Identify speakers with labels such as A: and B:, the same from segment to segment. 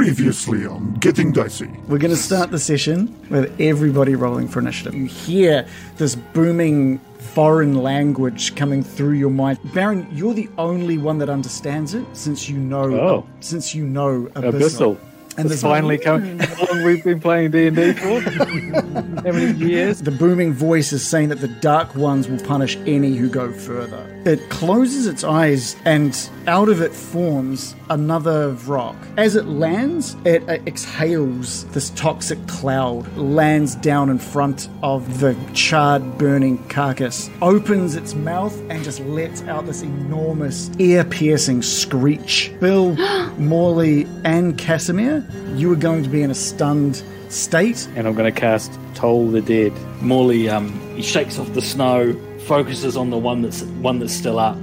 A: Previously on Getting Dicey.
B: We're going to start the session with everybody rolling for initiative. You hear this booming foreign language coming through your mind. Baron, you're the only one that understands it since you know
C: Oh.
B: since you know Abyssal.
C: Abyssal.
B: And
C: It's
B: this
C: finally coming. How long we've been playing D and D for? How many years?
B: The booming voice is saying that the Dark Ones will punish any who go further. It closes its eyes, and out of it forms another rock. As it lands, it uh, exhales this toxic cloud, lands down in front of the charred, burning carcass, opens its mouth, and just lets out this enormous, ear piercing screech. Bill, Morley, and Casimir, you are going to be in a stunned state.
C: And I'm going to cast Toll the Dead.
D: Morley um, he shakes off the snow, focuses on the one that's one that's still up,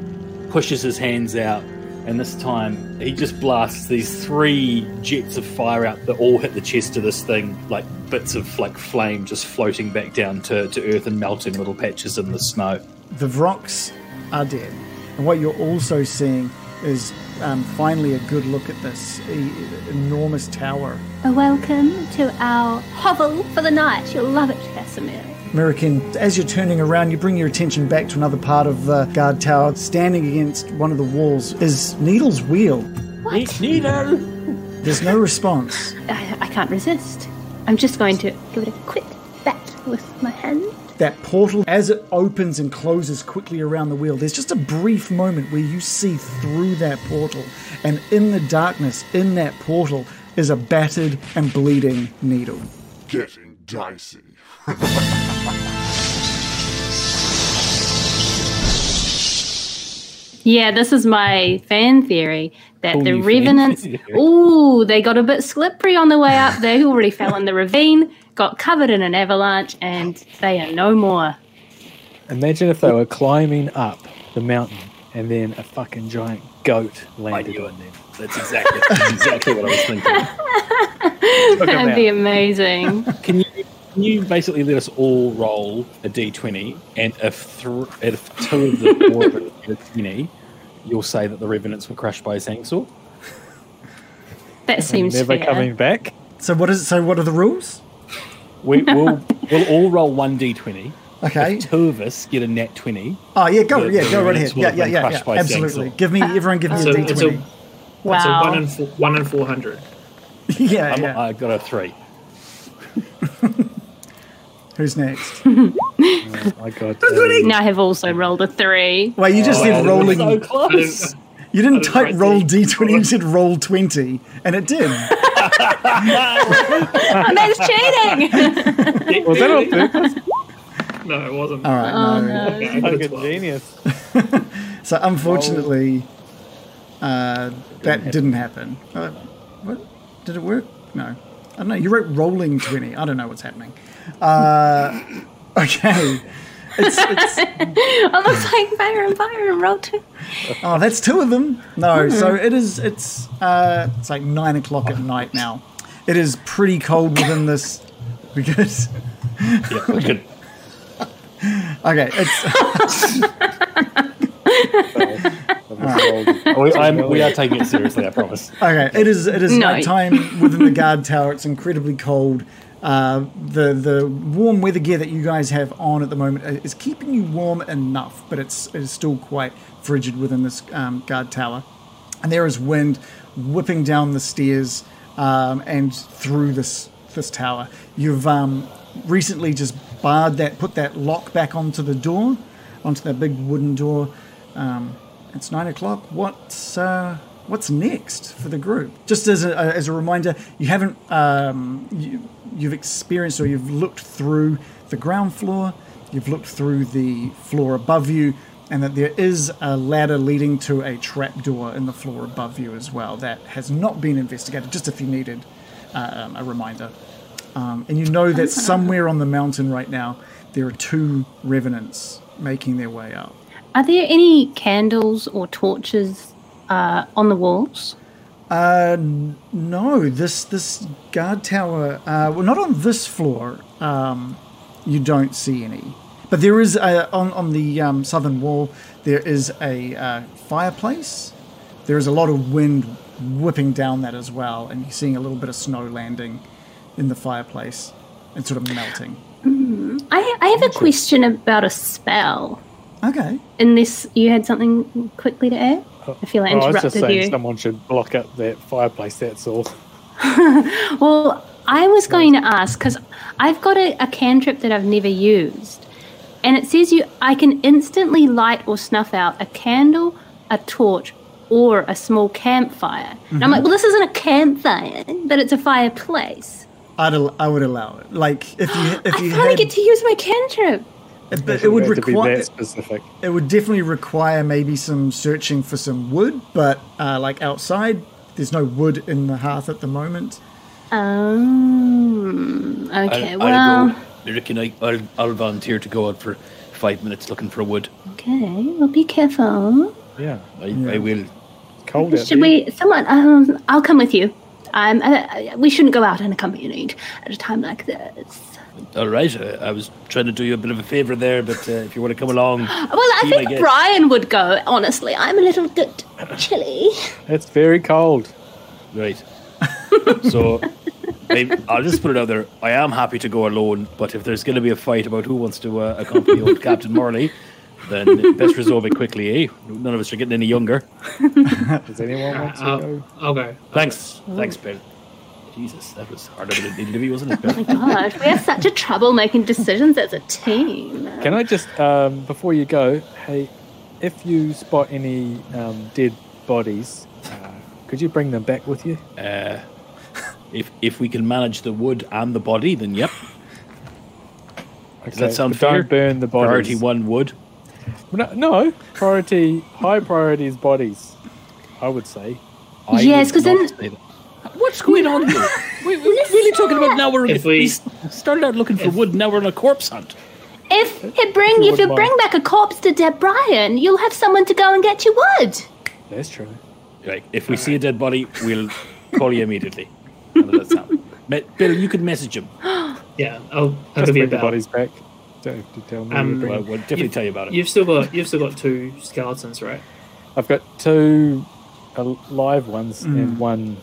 D: pushes his hands out, and this time he just blasts these three jets of fire out that all hit the chest of this thing, like bits of like flame just floating back down to, to earth and melting little patches in the snow.
B: the rocks are dead. And what you're also seeing is um, finally a good look at this e- enormous tower.
E: Welcome to our hovel for the night. You'll love it, Casimir.
B: American, as you're turning around, you bring your attention back to another part of the guard tower. Standing against one of the walls is Needle's wheel.
E: What?
D: Needle!
B: There's no response.
E: I, I can't resist. I'm just going to give it a quick bat with my hand.
B: That portal, as it opens and closes quickly around the wheel, there's just a brief moment where you see through that portal. And in the darkness, in that portal, is a battered and bleeding needle.
A: Getting Dicey.
E: Yeah, this is my fan theory that the
D: new fan
E: revenants.
D: theory.
E: Ooh, they got a bit slippery on the way up. They already fell in the ravine, got covered in an avalanche, and they are no more.
C: Imagine if they were climbing up the mountain and then a fucking giant goat landed on them.
D: That's exactly that's exactly what I was thinking.
C: Took 'em
E: That'd be
C: out.
E: amazing.
D: Can you can you basically let us all roll a d20, and if th- if two of the four of us get a twenty, you'll say that the revenants were crushed by a sangsaw.
E: That seems
C: Never
E: fair.
C: coming back.
B: So what is? So what are the rules?
D: We will we'll all roll one d20.
B: Okay.
D: If two of us get a nat twenty,
B: Oh yeah, go
D: The-
B: yeah,
D: the
B: go right
D: units
B: ahead.
D: will
B: Yeah,
D: have
B: yeah,
D: been
B: yeah,
D: crushed by
B: yeah. Absolutely.
D: Zexal.
B: Give me everyone, give me
F: So
B: a d
F: it's a,
B: twenty.
F: it's a one in
E: Wow.
F: four, one in four hundred.
B: Yeah,
D: I'm,
B: yeah.
D: I got a three.
B: Who's next?
C: Oh my god. Um,
E: Now I have also rolled a three.
B: Wait, you just said rolling.
D: So
E: Oh,
D: close.
B: you didn't
F: I didn't
B: type
F: write
B: roll d
F: the-
B: twenty. You said roll twenty, and it did.
E: And Oh, that's cheating.
C: Was that on purpose?
F: No, it wasn't.
B: All right.
E: oh
B: no.
E: no.
F: Okay, I got a
C: Fucking
F: 12.
C: genius.
B: So unfortunately, uh, that didn't happen. Uh, what? Did it work? No. I don't know. You wrote rolling twenty. I don't know what's happening. Uh, okay. It's, it's,
E: It looks like Oh, fire and fire and roll two.
B: Oh, that's two of them. No, so it is. It's uh, it's like nine o'clock at night now. It is pretty cold within this. Because
D: Yeah, we could-
B: okay, it's
D: we, I'm- we are taking it seriously. I promise.
B: okay. It is. It is
E: No.
B: nighttime within the guard tower. It's incredibly cold. Uh, the the warm weather gear that you guys have on at the moment is keeping you warm enough, but it's it is still quite frigid within this um, guard tower. and there is wind whipping down the stairs um, and through this this tower. You've um, recently just barred that, put that lock back onto the door, onto that big wooden door. Um, it's nine o'clock. What's uh, what's next for the group? Just as a, uh, as a reminder, you haven't um, you, you've experienced or you've looked through the ground floor. You've looked through the floor above you, and that there is a ladder leading to a trapdoor in the floor above you as well that has not been investigated, just if you needed um, a reminder. Um, and you know that somewhere on the mountain right now, there are two revenants making their way up.
E: Are there any candles or torches uh, on the walls?
B: No, this this guard tower. Uh, well, not on this floor. Um, you don't see any, but there is a, on on the um, southern wall. There is a uh, fireplace. There is a lot of wind whipping down that as well, and you're seeing a little bit of snow landing in the fireplace and sort of melting.
E: I, I have a question about a spell.
B: Okay.
E: Unless you had something quickly to add? I feel I
C: Well, I was just
E: interrupted
C: saying
E: you.
C: someone should block up that fireplace, that's all.
E: Well, I was going to ask because I've got a, a cantrip that I've never used, and it says you I can instantly light or snuff out a candle, a torch, or a small campfire. And
B: Mm-hmm.
E: I'm like, well, this isn't a campfire, but it's a fireplace.
B: I'd al- I would allow it. Like if you if
E: I
B: you
E: finally
B: had,
E: get to use my cantrip.
B: but it would
C: Had to be
B: require
C: that specific.
B: it would definitely require maybe some searching for some wood, but uh, like outside, there's no wood in the hearth at the moment.
E: Um.
D: I'll,
E: Okay.
D: I'll
E: well.
D: go. Reckon I, I'll, I'll volunteer to go out for five minutes looking for wood.
E: Okay. Well, be careful.
C: Yeah.
D: I, I will.
C: It's cold out
E: Should
C: there.
E: we? Someone. Um. I'll come with you. Um. I, I, we shouldn't go out unaccompanied at a time like this.
D: All right, I, I was trying to do you a bit of a favour there, but uh, if you want to come along,
E: Well, I
D: Be my
E: think
D: guest.
E: Brian would go, honestly. I'm a little bit chilly.
C: It's very cold.
D: right? So I, I'll just put it out there. I am happy to go alone, but if there's going to be a fight about who wants to uh, accompany old Captain Morley, then best resolve it quickly, eh? None of us are getting any younger.
C: Does
F: Uh,
C: anyone want to
F: I'll,
C: go?
F: I'll go.
D: Thanks,
E: Oh.
D: thanks, Bill. Jesus, that was harder than it needed to be, wasn't it? Bill?
E: Gosh, we have such a trouble making decisions as a team.
C: Can I just, um, before you go, hey, if you spot any um, dead bodies, uh, could you bring them back with you?
D: Uh, If if we can manage the wood and the body, then yep.
C: Does
D: that sound fair?
C: Don't burn the bodies.
D: Priority one wood.
C: No, no, priority, high priority is bodies, I would say.
D: I
E: Yes,
D: would
E: 'cause then-
D: not say that. what's going on here? we, we, we're really talking about now we're
F: If
D: we,
F: we-
D: s- started out looking for wood, now we're on a corpse hunt.
E: If he bring
C: you
E: if you
C: wouldn't
E: bring back a corpse to dead Brian, you'll have someone to go and get your wood.
C: That's true.
D: Right. If we see a dead body, we'll call you immediately. How does that sound? Me- Bill, you could message him.
F: Yeah, I'll, I'll
C: Just
F: give you
C: bring
F: a
C: the
F: bell.
C: bodies back. Don't have to tell me.
F: Um,
C: to bring
D: Well,
C: them.
D: we'll definitely tell you about it.
F: You've still got you've still got two skeletons, right?
C: I've got two al- live ones and one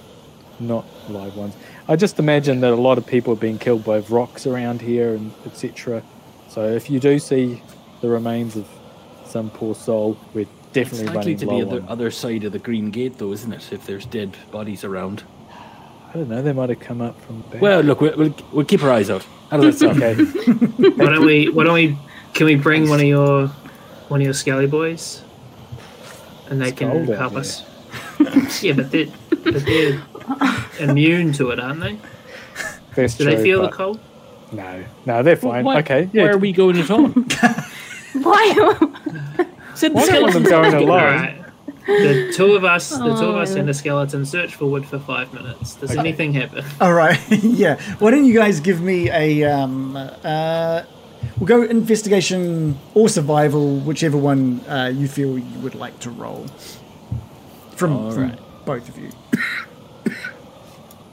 C: not live ones. I just imagine that a lot of people have been killed by rocks around here and etc. So if you do see the remains of some poor soul, we're
D: It's
C: definitely
D: likely
C: running
D: to be
C: low
D: on the
C: on.
D: other side of the green gate, though, isn't it? If there's dead bodies around.
C: I don't know. They might have come up from the back.
D: Well, look, we'll, we'll, we'll keep our eyes out. How does that sound?
C: okay.
F: Why don't we? Why don't we? Can we bring one of your one of your skelly boys, and they can
C: It's cold out
F: help
C: there.
F: us? yeah, but they're, but they're immune to it, aren't they?
C: That's
F: Do
C: true,
F: they feel the
C: but
F: cold?
C: No, no, they're fine.
D: Why-
C: okay,
D: Where
C: yeah.
D: are we going at all?
E: Why
D: Send the
C: Why don't want them
D: skeletons
C: going
D: back.
F: All
C: alone?
F: right. The two of us, the two of us,
E: Oh.
F: and the skeleton search for wood for five minutes. Does anything happen?
B: All right, yeah. Why don't you guys give me a? Um, uh, we'll go investigation or survival, whichever one uh, you feel you would like to roll. From, from both of you.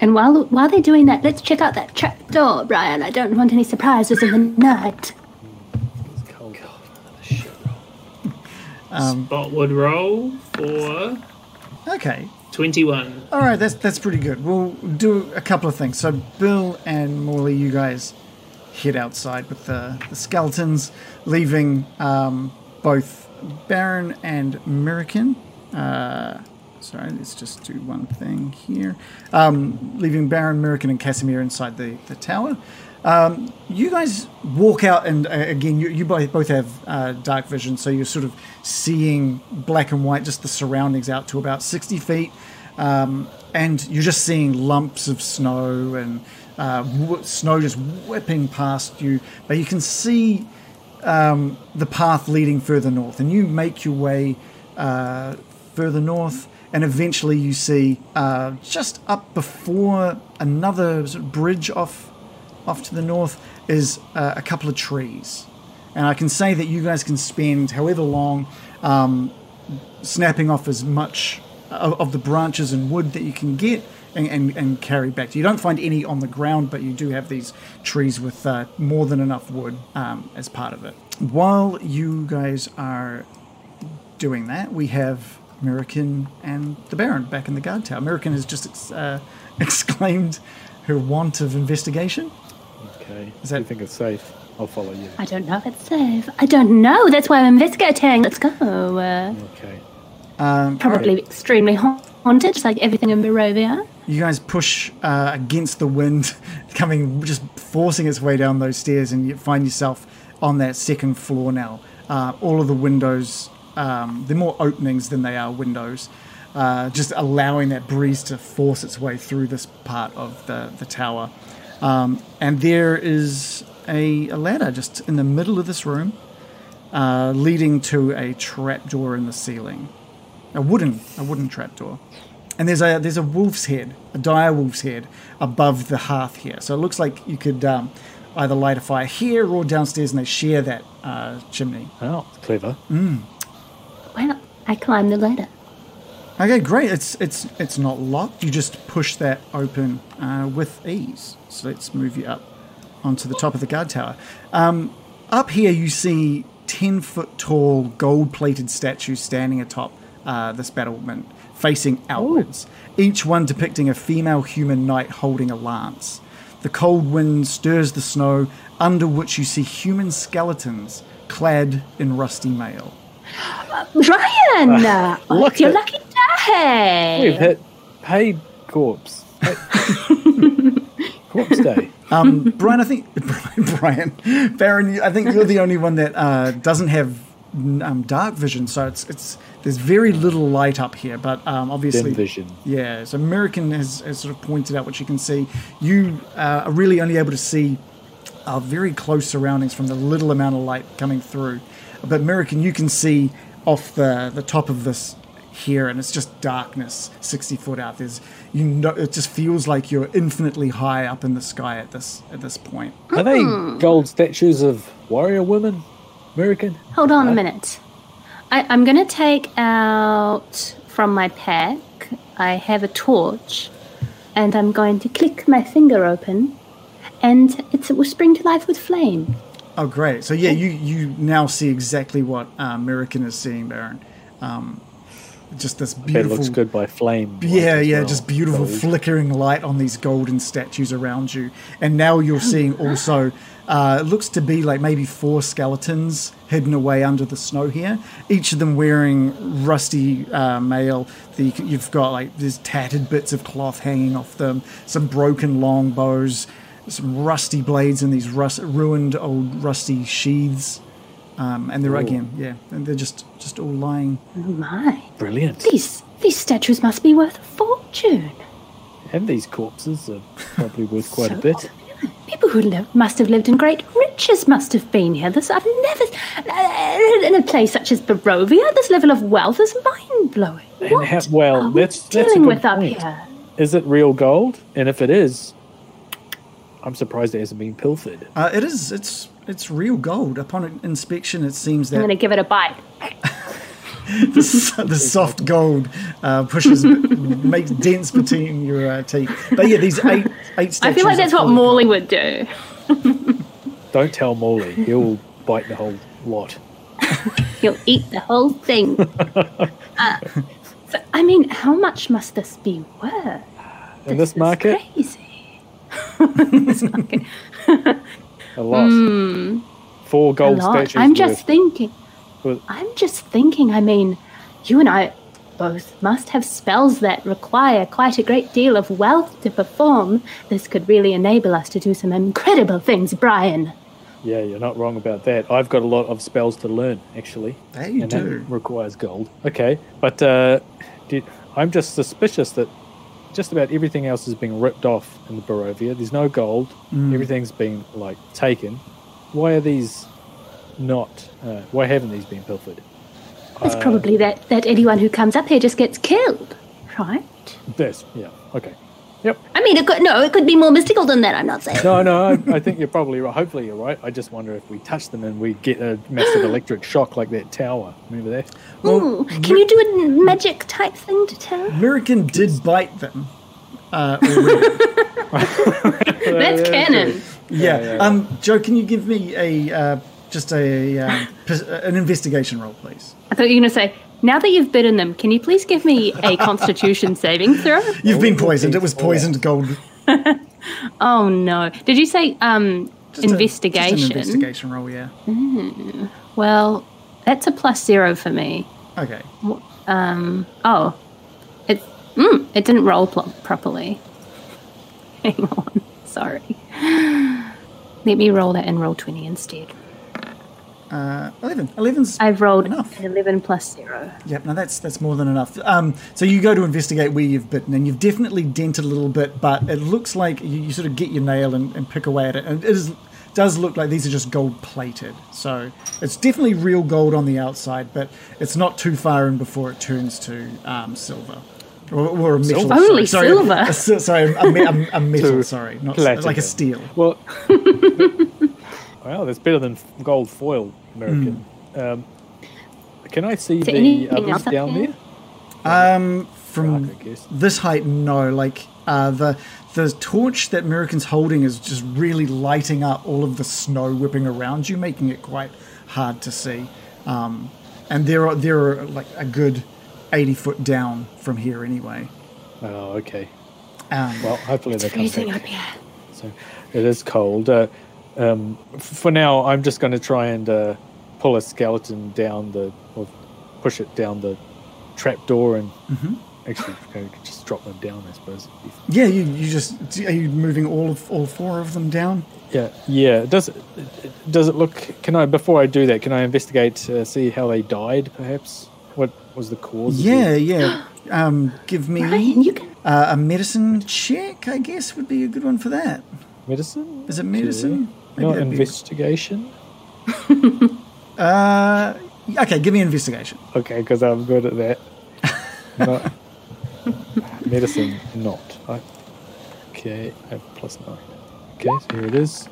E: And while while they're doing that, let's check out that trap door, Brian. I don't want any surprises in the night.
C: It's cold.
F: Spot wood roll for
B: Okay.
F: twenty-one.
B: All right, that's that's pretty good. We'll do a couple of things. So Bill and Morley, you guys head outside with the, the skeletons, leaving um, both Baron and American. Uh, sorry, let's just do one thing here. Um, leaving Baron, American, and Casimir inside the, the tower. Um, you guys walk out, and uh, again, you, you both both have uh, dark vision, so you're sort of seeing black and white, just the surroundings out to about 60 feet and you're just seeing lumps of snow and uh, wh- snow just whipping past you, but you can see um, the path leading further north, and you make your way uh, further north, and eventually you see uh, just up before another sort of bridge off off to the north is uh, a couple of trees, and I can say that you guys can spend however long snapping off as much of, of the branches and wood that you can get and, and, and carry back. You don't find any on the ground, but you do have these trees with uh, more than enough wood um, as part of it. While you guys are doing that, we have Merrikin and the Baron back in the guard tower. Merrikin has just ex- uh, exclaimed her want of investigation.
C: Okay.
B: Is that-
C: you think it's safe? I'll follow you.
G: I don't know if it's safe. I don't know. That's why I'm investigating. Let's go. Uh,
C: Okay.
G: probably extremely ha- haunted, just like everything in Barovia.
B: You guys push uh, against the wind, coming just forcing its way down those stairs, and you find yourself on that second floor now. Uh, all of the windows, um, they're more openings than they are windows, uh, just allowing that breeze to force its way through this part of the, the tower. Um, and there is a, a ladder just in the middle of this room, uh, leading to a trapdoor in the ceiling, a wooden a wooden trapdoor. And there's a there's a wolf's head, a dire wolf's head, above the hearth here. So it looks like you could um, either light a fire here or downstairs, and they share that uh, chimney.
C: Oh, it's clever.
G: Well, I climbed the ladder.
B: Okay, great. It's it's it's not locked. You just push that open uh, with ease. So let's move you up onto the top of the guard tower. Um, up here, you see ten foot tall gold plated statues standing atop uh, this battlement, facing outwards. Each one depicting a female human knight holding a lance. The cold wind stirs the snow, under which you see human skeletons clad in rusty mail.
G: Ryan! Uh,
C: look
G: it's your
C: at-
G: lucky day!
C: We've hit paid corpse. corpse day.
B: Um, Brian, I think Brian, Brian, Baron, you- I think you're the only one that uh, doesn't have um, dark vision, so it's it's there's very little light up here. But um, obviously,
C: Dim vision.
B: Yeah, so American has, has sort of pointed out what you can see. You uh, are really only able to see uh, very close surroundings from the little amount of light coming through. But American, you can see off the, the top of this here, and it's just darkness, sixty foot out. There's you know, it just feels like you're infinitely high up in the sky at this at this point.
C: Are they gold statues of warrior women? American?
G: Hold on a minute. I, I'm going to take out from my pack. I have a torch, and I'm going to click my finger open, and it's, it will spring to life with flame.
B: Oh, great! So yeah, you you now see exactly what uh, American is seeing, Baron. Um, just this
C: It
B: beautiful.
C: looks good by flame. light
B: Yeah,
C: as
B: yeah,
C: well.
B: just beautiful
C: Gold.
B: flickering light on these golden statues around you. And now you're seeing also, uh, it looks to be like maybe four skeletons hidden away under the snow here, each of them wearing rusty uh, mail. that you can- You've got like there's tattered bits of cloth hanging off them, some broken long bows, some rusty blades, and these rust, ruined old rusty sheaths. Um, and they're again, yeah, and they're just just all lying.
G: Oh my.
C: Brilliant.
G: These, these statues must be worth a fortune.
C: And these corpses are probably worth quite a bit.
G: People who lived, must have lived in great riches must have been here. This I've never uh, in a place such as Barovia. This level of wealth is mind blowing.
C: And ha- well,
G: are we
C: that's- that's a
G: dealing
C: good
G: with up
C: point.
G: here?
C: Is it real gold? And if it is, I'm surprised it hasn't been pilfered.
B: Uh, it is. It's it's real gold. Upon inspection, it seems
G: I'm going to
B: that
G: give it a bite.
B: the, so- the soft gold uh, pushes makes dents between your uh, teeth. But yeah, these eight eight
G: I
B: statues.
G: feel like that's
B: are
G: what
B: fully
G: Morley would do.
C: Don't tell Morley. He'll bite the whole lot.
G: He'll eat the whole thing. Uh, so, I mean, how much must this be worth?
C: In this
G: is
C: market,
G: crazy.
C: a lot. Four
G: Hmm. A
C: gold
G: lot.
C: statues.
G: I'm just
C: worth.
G: thinking.
C: Well-
G: I'm just thinking. I mean, you and I both must have spells that require quite a great deal of wealth to perform. This could really enable us to do some incredible things, Brian.
C: Yeah, you're not wrong about that. I've got a lot of spells to learn, actually.
B: There you
C: and
B: do.
C: That requires gold. Okay, but uh, do- I'm just suspicious that just about everything else is being ripped off in the Barovia. There's no gold.
B: Mm.
C: Everything's been like taken. Why are these not? Uh, why haven't these been pilfered?
G: It's probably that that anyone who comes up here just gets killed, right?
C: This, yeah, okay, yep.
G: I mean, it could no, it could be more mystical than that. I'm not saying.
C: No, no, I, I think you're probably right. Hopefully, you're right. I just wonder if we touch them and we get a massive electric shock like that tower. Remember that?
G: Ooh, can you do a magic type thing to tell?
B: American did bite them. Uh, already.
G: That's canon.
B: yeah. Um, Joe, can you give me a uh, just a um, pers- uh, an investigation roll, please?
G: I thought you were going to say Now that you've bitten them, can you please give me a Constitution saving throw?
B: You've been poisoned. It was poisoned gold.
G: Oh no! Did you say um,
B: Just a-
G: investigation?
B: just an investigation roll, yeah.
G: Well, that's a plus zero for me.
B: Okay.
G: Oh, it mm, it didn't roll pl- properly. Hang on, sorry. Let me roll that and roll twenty instead.
B: 11. 11's.
G: I've rolled
B: Enough.
G: an eleven plus zero.
B: Yep, no, that's that's more than enough. Um, so you go to investigate where you've bitten, and you've definitely dented a little bit, but it looks like you, you sort of get your nail and, and pick away at it. And it is, does look like these are just gold plated. So it's definitely real gold on the outside, but it's not too far in before it turns to um, silver. Or, or a metal.
G: Silver? Only
B: sorry,
G: silver?
B: Sorry, a si- sorry a, me- a- a metal,
C: To
B: sorry. Not,
C: platinum.
B: like a steel.
C: Well, well, that's better than f- gold foil, American.
B: Hmm.
C: Um, can I see
G: there
C: the
G: anything
C: others
G: else up
C: down
G: there?
C: there?
B: From
C: I guess.
B: this height, no. Like uh, the the torch that American's holding is just really lighting up all of the snow whipping around you, making it quite hard to see. Um, and there are there are like a good eighty foot down from here anyway.
C: Oh, okay.
B: Um,
C: Well, hopefully they come
G: Freezing
C: back.
G: up here.
C: So it is cold. Uh, um, f- for now, I'm just going to try and uh, pull a skeleton down the, or push it down the trap door and
B: Mm-hmm.
C: actually I could just drop them down, I suppose. If-
B: yeah, you, you just are you moving all of all four of them down?
C: Yeah, yeah. Does it, it- does it look? Can I before I do that? Can I investigate, uh, see how they died? Perhaps what was the cause? of
B: Yeah,
C: their-
B: yeah. Um, give me
G: Ryan, you can.
B: uh, a medicine check. I guess would be a good one for that.
C: medicine.
B: Is it medicine?
C: Yeah. Not
B: that'd be a-
C: investigation.
B: Uh, okay, give me investigation.
C: Okay, because I'm good at that. Not medicine, not. I, okay, I have plus nine. Okay, so here it is.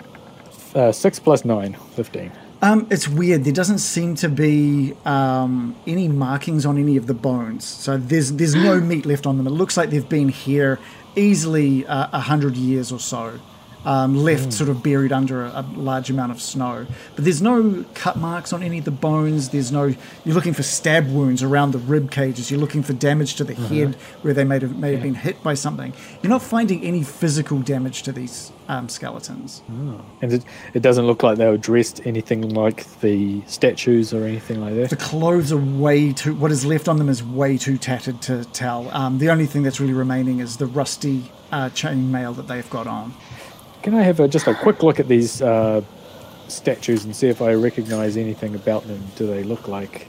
C: Uh, six plus nine, 15.
B: Um, it's weird. There doesn't seem to be um, any markings on any of the bones, so there's there's no meat left on them. It looks like they've been here easily uh, a hundred years or so, um, left sort of buried under a, a large amount of snow. But there's no cut marks on any of the bones. There's no. You're looking for stab wounds around the rib cages. You're looking for damage to the head where they may have may have been hit by something. You're not finding any physical damage to these um, skeletons.
C: And it, it doesn't look like they were dressed anything like the statues or anything like
B: The
C: that.
B: clothes are way too. What is left on them is way too tattered to tell. Um, the only thing that's really remaining is the rusty uh, chain mail that they've got on.
C: Can I have a, just a quick look at these uh, statues and see if I recognize anything about them? Do they look like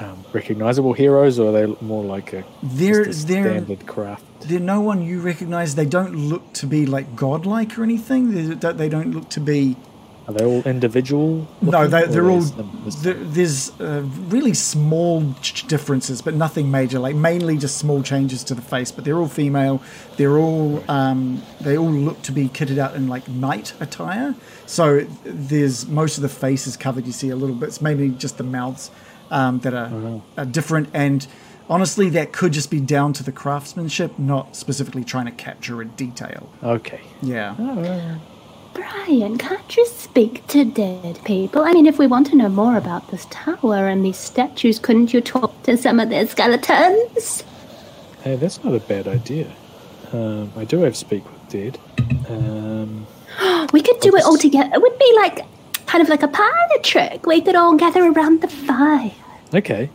C: um, recognizable heroes or are they more like a,
B: They're-
C: just a
B: they're-
C: standard craft?
B: They're no one you recognise. They don't look to be like godlike or anything. They don't, they don't look to be.
C: Are they all individual?
B: No,
C: looking,
B: they,
C: or
B: they're all.
C: is them- is
B: there- There's uh, really small ch- differences, but nothing major. Like mainly just small changes to the face. But they're all female. They're all. Um, they all look to be kitted out in like knight attire. So there's most of the face is covered. You see a little bit. It's mainly just the mouths um, that are, are different. And honestly, that could just be down to the craftsmanship, not specifically trying to capture a detail.
C: okay.
B: Yeah.
G: Brian, can't you speak to dead people? I mean, if we want to know more about this tower and these statues, couldn't you talk to some of their skeletons?
C: Hey, that's not a bad idea. Um, I do have speak with dead. Um,
G: We could do it all
C: Focus.
G: together. It would be like kind of like a parlor trick. We could all gather around the fire.
C: okay.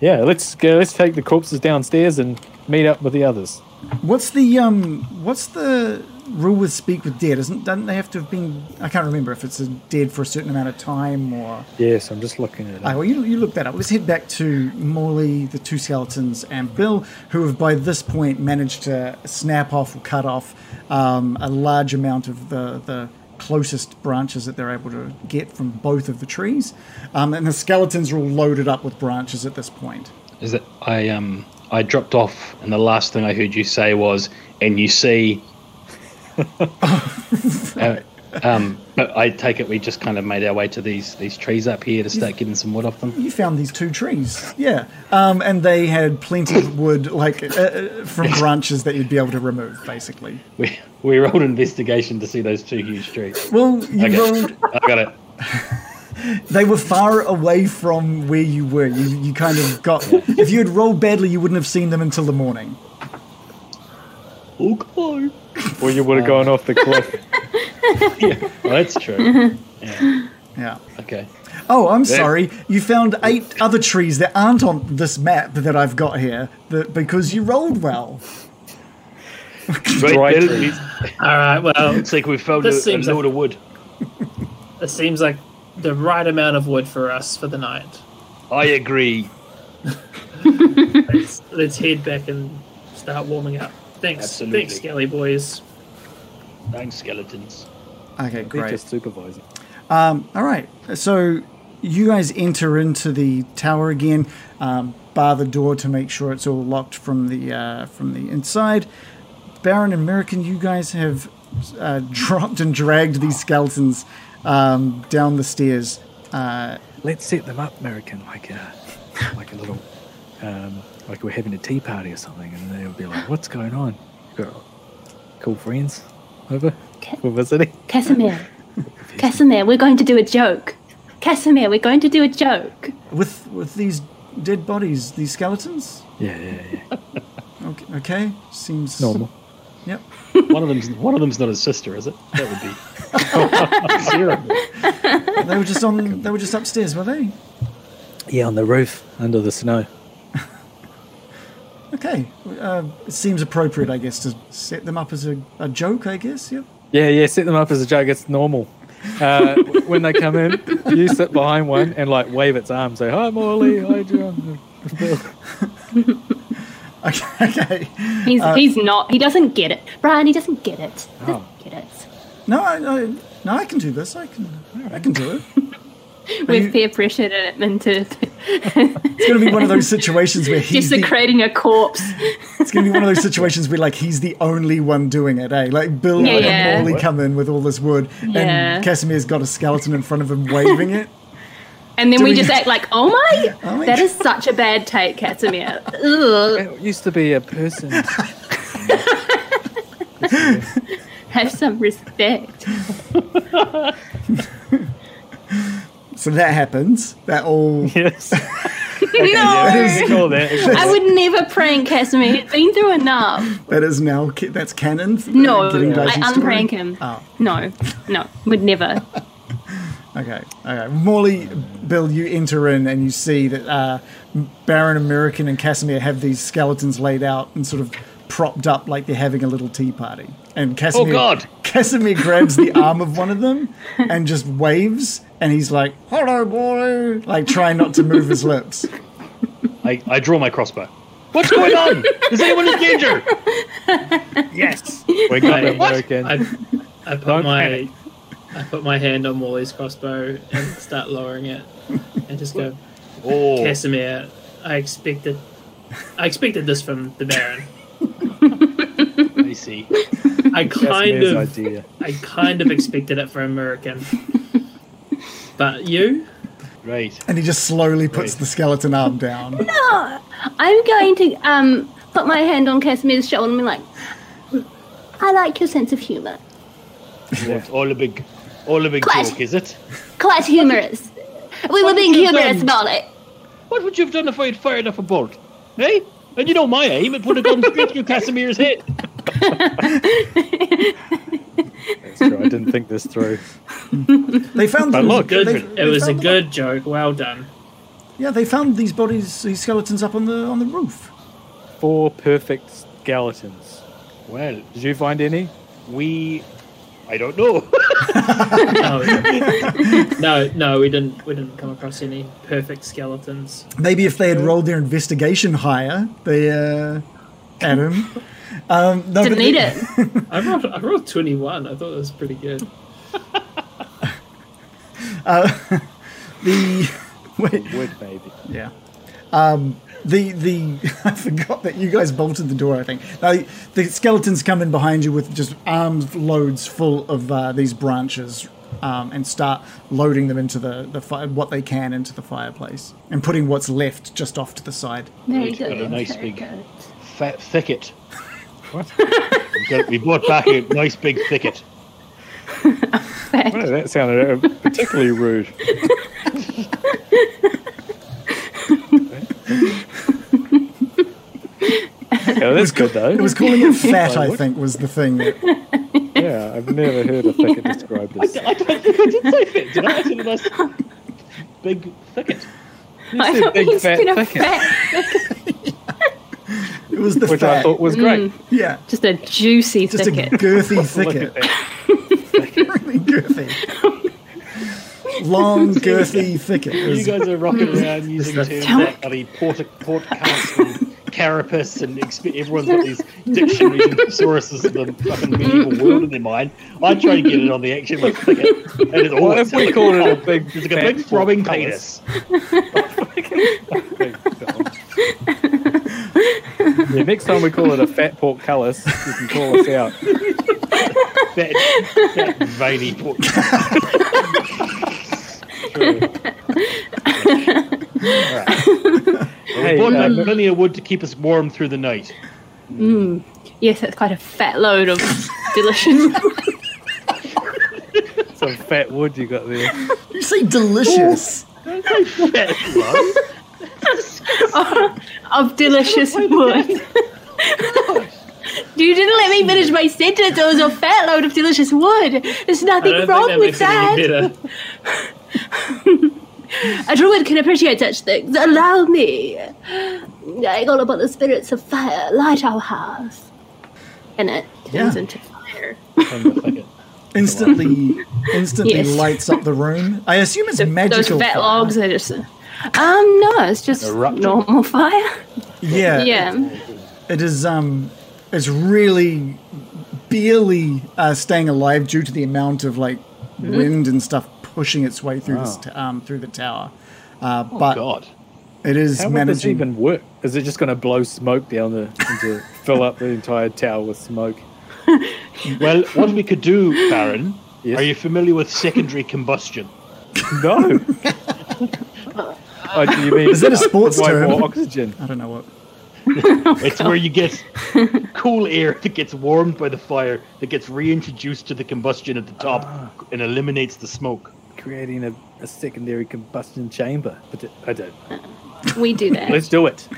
C: Yeah, let's go. Let's take the corpses downstairs and meet up with the others.
B: What's the um? What's the rule with speak with dead? Isn't doesn't they have to have been? I can't remember if it's a dead for a certain amount of time or.
C: Yes, I'm just looking at it.
B: Ah, well, you you look that up. Let's head back to Morley, the two skeletons, and Bill, who have by this point managed to snap off or cut off um, a large amount of the the closest branches that they're able to get from both of the trees, um, and the skeletons are all loaded up with branches at this point.
H: Is that I um I dropped off, and the last thing I heard you say was, "And you see." Uh, um, but I take it we just kind of made our way to these these trees up here to start getting some wood off them.
B: you found these two trees. Yeah. Um, and they had plenty of wood, like uh, uh, from branches that you'd be able to remove, basically.
H: We we rolled investigation to see those two huge trees.
B: Well, you
H: Okay.
B: rolled.
H: I got it.
B: They were far away from where you were. You, you kind of got. if you had rolled badly, you wouldn't have seen them until the morning.
H: Okay.
C: or you would have gone off the cliff.
H: Well, that's true.
B: Yeah.
H: Okay.
B: Oh, I'm sorry. You found eight other trees that aren't on this map that I've got here that, because you rolled well.
H: Right,
C: Right.
H: that is-
F: All right. Well,
H: It's like we found a,
F: This
H: a
F: seems like-
H: load of wood.
F: it seems like the right amount of wood for us for the night.
H: I agree.
F: Let's, let's head back and start warming up. Thanks,
H: Absolutely.
F: thanks, Skelly boys.
H: Thanks, skeletons.
B: Okay,
C: They're
B: great.
C: just supervising.
B: All right. So you guys enter into the tower again, um, bar the door to make sure it's all locked from the uh, from the inside. Baron and American, you guys have uh, dropped and dragged these skeletons um, down the stairs.
C: Let's set them up, American, like a, like a little, um, like we're having a tea party or something, and they'll be like, "What's going on? You got cool friends over
G: Ca-
C: for visiting?"
G: Casimir, Casimir, we're going to do a joke. Casimir, we're going to do a joke.
B: With with these dead bodies, these skeletons.
C: Yeah, yeah, yeah.
B: Okay, okay. seems
C: Normal.
B: Yep.
H: One of them's one of them's not his sister, is it? That would be terrible.
B: They were just on. they were just upstairs, were they?
C: Yeah, on the roof under the snow.
B: Okay. Uh, it seems appropriate, I guess, to set them up as a, a joke. I guess. Yep.
C: Yeah, yeah. Set them up as a joke. It's normal. Uh, w- when they come in, you sit behind one and like wave its arm, say hi, Morley, hi, John.
B: Okay. okay.
G: He's he's not. He doesn't get it, Brian. He doesn't get it. He doesn't
C: Oh.
G: get it.
B: No, I, I, no, I can do this. I can, I can do it.
G: We've peer pressured it into
B: It's gonna be one of those situations where he's the,
G: desecrating a corpse.
B: it's gonna be one of those situations where like he's the only one doing it, eh? Like Bill
G: Yeah,
B: and
G: yeah.
B: Morley come in with all this wood,
G: Yeah.
B: and Casimir's got a skeleton in front of him waving it.
G: And then we
B: Doing-
G: just act like, oh my,
B: Oh my
G: that
B: God.
G: is such a bad take, Casimir. Ugh.
C: It used to be a person.
G: Have some respect.
B: So that happens. That all.
C: yes.
G: no,
C: You call that.
G: I would never prank Casimir. He's been through enough.
B: That is now. ca- That's canon. for
G: No, I
B: Getting Dicey's story.
G: unprank him.
B: Oh.
G: No, no, would never.
B: Okay, okay. Morley, Bill, you enter in and you see that uh, Baron American and Casimir have these skeletons laid out and sort of propped up like they're having a little tea party. And Casimir,
H: God.
B: Casimir grabs the arm of one of them and just waves, and he's like, "Hello, boy," like trying not to move his lips.
H: I, I draw my crossbow. What's going on? Is anyone in danger? yes.
C: Wake up,
H: What?
C: American.
F: I, I put
C: Don't
F: my
C: panic.
F: I put my hand on Wally's crossbow and start lowering it, and just go,
H: Oh,
F: Casimir. I expected I expected this from the Baron.
H: I see.
F: I kind
C: Casimir's
F: of
C: idea.
F: I kind of expected it from American, but you.
H: Right.
B: And he just slowly puts
H: Right.
B: the skeleton arm down.
G: I'm going to um, put my hand on Casimir's shoulder and be like, I like your sense of humour.
H: What, all a big, all a big
G: Clash.
H: joke, is it?
G: Quite humorous. We were being
H: you
G: humorous
H: done?
G: about it.
H: What would you have done if I had fired off a bolt? Hey? And you know my aim, it would have gone straight through Casimir's head.
C: That's true. I didn't think this through.
B: They found them.
H: look,
F: Good.
B: they-
F: it
B: they
F: was a
B: found them-
F: good joke. Well done.
B: Yeah, they found these bodies, these skeletons up on the on the roof.
C: Four perfect skeletons.
H: Well,
C: Did you find any?
H: we. I don't know.
F: No, no, no, we didn't. We didn't come across any perfect skeletons.
B: Maybe if they had rolled their investigation higher, they uh, Adam. Um, no, but
G: Didn't need
B: the-
G: it.
F: I rolled, I rolled twenty one. I thought that was pretty good.
B: The
C: Would maybe.
B: yeah, um, the the I forgot that you guys bolted the door. I think They- the skeletons come in behind you with just arms loads full of uh, these branches. Um, and start loading them into the, the fire, what they can into the fireplace, and putting what's left just off to the side.
G: Very
H: It's got
G: good.
H: a nice
G: very
H: big-
G: good.
H: Fat thicket. We got- we brought back a nice big thicket.
C: Well, that sounded uh, particularly rude. Yeah, that's good though.
B: It was calling it fat, I
C: Firewood.
B: think, was the thing. That,
C: Yeah, I've never heard a thicket described as.
H: I don't think I did say that. Did I? I said a nice big thicket.
G: I
C: said
G: thought
C: big
G: you
C: fat
G: said a
C: thicket.
G: fat-
B: it was the
C: Which
B: fat.
C: I thought was great.
B: yeah,
G: just a juicy
B: just
G: thicket.
B: a girthy
C: Look
B: thicket.
C: at that.
B: really girthy. Long, girthy thicket.
H: You
B: Is,
H: guys are rocking around using terms
G: Tell
H: that bloody port portcullis and carapace and exp- everyone's got these dictionaries and thesauruses of the fucking medieval world in their mind. I try to get it on the action of thicket, and it's all
C: What if we called it a big,
H: It's like a big throbbing penis.
B: Mm.
C: Yeah, next time we call it a fat portcullis, you can call us out.
H: That, that veiny portcullis.
C: Hey,
H: Bought
C: uh,
H: that plenty of wood to keep us warm through the night.
G: Yes, that's quite a fat load of delicious.
C: some fat wood you got there.
B: you say delicious.
H: Oh,
G: of delicious wood.
F: Oh
G: You didn't let me finish my sentence. It was a fat load of delicious wood. There's
F: I don't
G: nothing
F: think
G: wrong
F: that
G: with
F: makes it
G: that.
F: any better.
G: A druid can appreciate such things. Allow me. I call upon the spirits of fire. Light our house. And it turns
B: Yeah.
G: into fire.
B: Instantly, instantly
G: Yes.
B: lights up the room. I assume it's magical.
G: Those fat
B: fire.
G: logs are just. Um, no, it's just
H: Erupted.
G: normal fire.
B: Yeah,
G: Yeah.
B: it is. Um, it's really barely uh, staying alive due to the amount of like wind and stuff pushing its way through this t- um, through the tower. Uh, but
H: God.
B: it is
C: How would this
B: managing.
C: even work? Is it just going to blow smoke down the and to fill up the entire tower with smoke?
H: Well, what we could do, Baron,
C: Yes.
H: are you familiar with secondary combustion?
C: No. oh, do you mean
B: Is that a sports
C: Why
B: term?
C: more oxygen?
B: I don't know what.
H: It's where you get cool air that gets warmed by the fire that gets reintroduced to the combustion at the top and eliminates the smoke.
C: Creating a, a secondary combustion chamber. But it- I don't.
G: We do that.
C: Let's do it.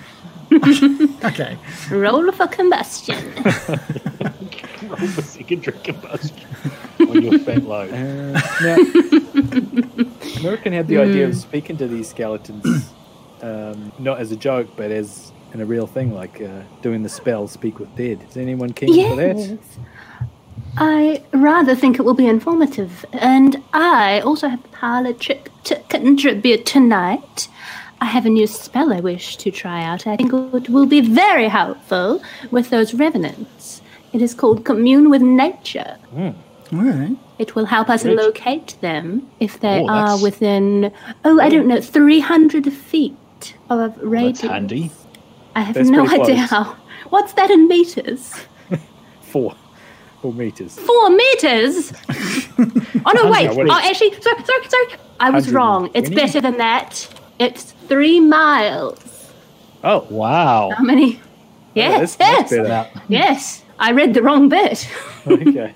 B: Okay.
G: Roll for combustion.
H: Roll for secondary combustion on your fat load.
C: Uh, now, American had the idea
B: Hmm.
C: of speaking to these skeletons, um, not as a joke, but as in a real thing, like uh, doing the spell "Speak with Dead." Is anyone keen for that?
G: Yes. I rather think it will be informative, and I also have a parlor trick to contribute tonight. I have a new spell I wish to try out. I think it will be very helpful with those revenants. It is called Commune with Nature.
B: All right.
G: It will help us locate them if they
H: Oh,
G: are
H: that's-
G: within, oh, I don't know, 300 feet of radius.
H: That's handy.
G: I have
C: That's
G: no
C: pretty
G: idea
C: close.
G: how. What's that in meters?
C: Four, four meters.
G: four meters. oh no, wait.
C: what
G: Oh,
C: is-
G: actually, sorry, sorry, sorry. I was
C: 120?
G: wrong. It's better than that. It's three miles.
C: Oh, wow.
H: Wow.
G: How many? Yes,
C: Oh, that's much
G: yes,
C: better.
G: yes. I read the wrong bit.
C: okay,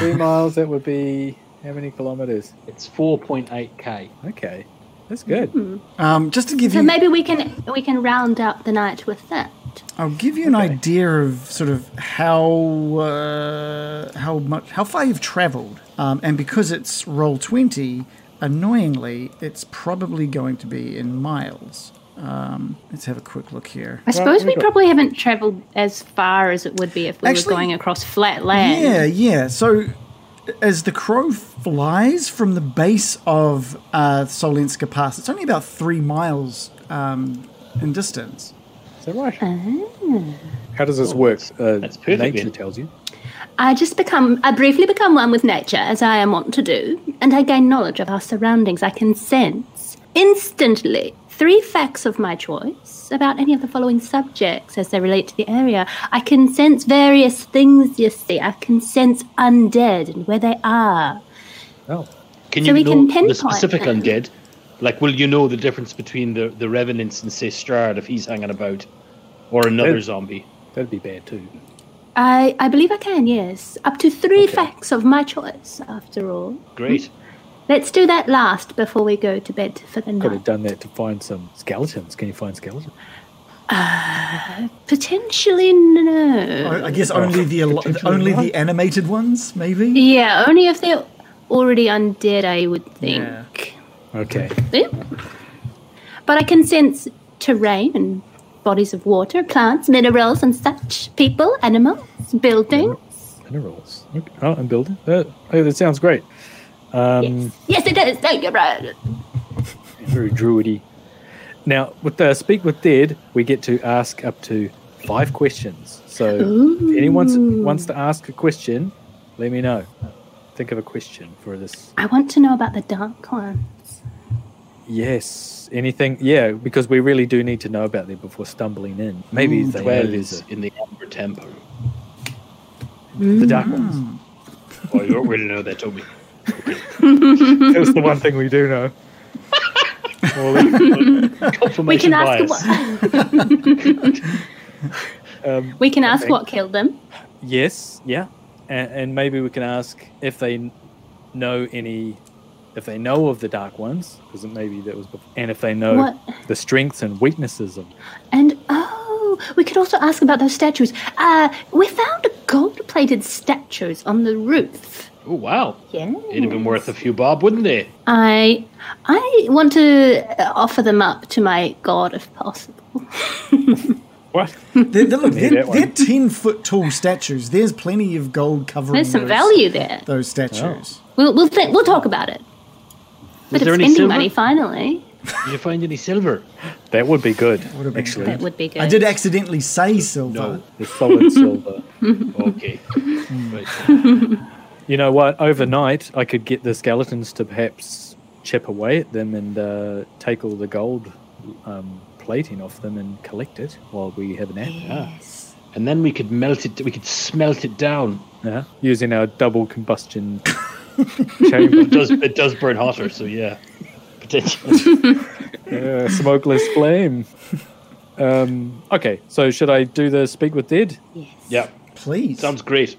C: three miles. That would be how many kilometers?
H: It's 4.8k.
C: Okay, that's good.
B: Um, just to give
G: So
B: you,
G: maybe we can we can round out the night with that.
B: I'll give you an idea of sort of how uh, how much how far you've travelled, um, and because it's roll twenty, annoyingly, it's probably going to be in miles. Um, let's have a quick look here.
G: I suppose
C: we
G: we
C: got-
G: probably haven't travelled as far as it would be if we
B: Actually-
G: were going across flat land.
B: Yeah, yeah. So as the crow flies from the base of uh, Solinska Pass, it's only about three miles um, in distance.
C: Is that right? How does this work? Uh,
H: that's perfect
C: Nature
H: then.
C: tells you.
G: I just become, I briefly become one with nature, as I am wont to do, and I gain knowledge of our surroundings. I can sense instantly three facts of my choice about any of the following subjects as they relate to the area. I can sense various things, you see. I can sense undead and where they are.
C: Oh,
H: Can
G: So
H: you
G: we
H: know
G: can
H: the
G: pinpoint
H: specific
G: them.
H: undead? Like, will you know the difference between the, the Revenants and, say, Strahd if he's hanging about? Or another
D: Oh.
C: Yeah.
H: zombie?
C: that'd be bad too.
G: I, I believe I can, yes. Up to three
H: Okay.
G: facts of my choice, after all.
H: Great.
G: Let's do that last before we go to bed for the
C: Could have
G: night.
C: done that to find some skeletons. Can you find skeletons?
G: Potentially no.
B: I, I guess only the al- only the animated ones, maybe.
G: Yeah, only if they're already undead, I would think.
C: Okay.
G: Yeah. But I can sense terrain and bodies of water, plants, minerals, and such. People, animals, buildings.
C: Minerals. Okay. Oh, and building. That, oh, that sounds great. Um,
G: Yes, it is. No, you're right.
C: Very druidy. Now, with the Speak with Dead, we get to ask up to five questions. So, if anyone wants to ask a question, let me know. Think of a question for this.
G: I want to know about the dark one.
C: Yes. Anything? Yeah, because we really do need to know about them before stumbling in. Maybe they know there's
H: Dwells
C: a,
H: Mm. in the amber temple.
C: the dark ones.
H: Oh, you don't really know that, Toby.
C: That's the one thing we do know.
G: We can
H: Confirmation
G: ask.
H: bias.
G: What,
C: Um,
G: we can ask what killed them.
C: yes. Yeah. And, and maybe we can ask if they kn- know any, if they know of the dark ones, because maybe that was, before, and if they know
G: What?
C: the strengths and weaknesses of.
G: And oh, we could also ask about those statues. Uh, we found gold-plated statues on the roof.
H: Oh, wow.
G: Yeah.
H: It'd have been worth a few bob, wouldn't they?
G: I I want to uh, offer them up to my god if possible.
C: What?
B: They're, they're, look,
C: Yeah,
B: they're,
C: that one.
B: they're ten foot tall statues. There's plenty of gold covering.
G: There's some
B: those-
G: value Oh. there.
B: Those statues.
G: We'll we'll think, we'll talk about it. But
H: there
G: it's
H: any
G: spending
H: silver?
G: money finally.
H: Did you find any silver?
C: That would be good.
B: Would have been
C: actually,
H: Mm.
G: That would be good.
B: I did accidentally say silver.
H: No.
C: Oh, the solid silver.
H: Okay. right.
C: You know what? Overnight, I could get the skeletons to perhaps chip away at them and uh, take all the gold um, plating off them and collect it while we have a nap.
G: Yes.
H: And then we could melt it, we could smelt it down.
C: Yeah, Uh-huh. using our double combustion chamber,
H: It does, it does burn hotter, so yeah. Potentially.
C: Yeah, Uh, smokeless flame. Um, okay, so should I do the speak with dead?
G: Yes.
H: Yeah.
B: Please.
H: Sounds great.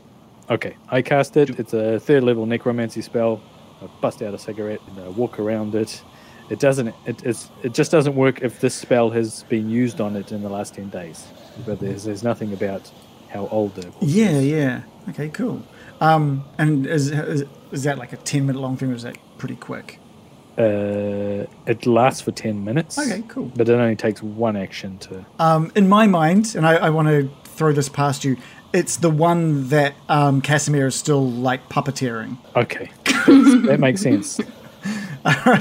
C: Okay, I cast it. It's a third level necromancy spell. I bust out a cigarette and I walk around it. It doesn't. It, it's, it just doesn't work if this spell has been used on it in the last ten days. But there's there's nothing about how old the corpse
B: Yeah,
C: is.
B: yeah. Okay, cool. Um, and is, is is that like a ten minute long thing, or is that pretty quick?
C: Uh, it lasts for ten minutes.
B: Okay, cool.
C: But it only takes one action to.
B: Um, in my mind, and I, I want to throw this past you. It's the one that um, Casimir is still like puppeteering.
C: Okay, That's- that makes sense.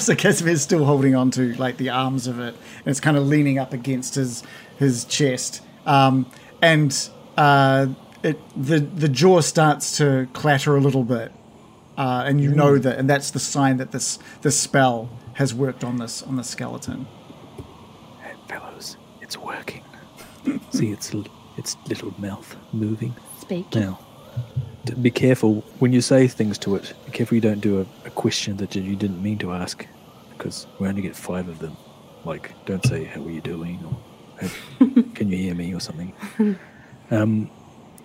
B: so Casimir's still holding on to like the arms of it, and it's kind of leaning up against his his chest. Um, and uh, it, the the jaw starts to clatter a little bit, uh, and you know that, and that's the sign that this this spell has worked on this on the skeleton.
C: Fellows, it's working. See its l- its little mouth moving.
G: Speak.
C: Now, d- be careful when you say things to it. Be careful you don't do a, a question that you didn't mean to ask, because we only get five of them. Like, don't say how are you doing or "Hey, can you hear me or something. Um,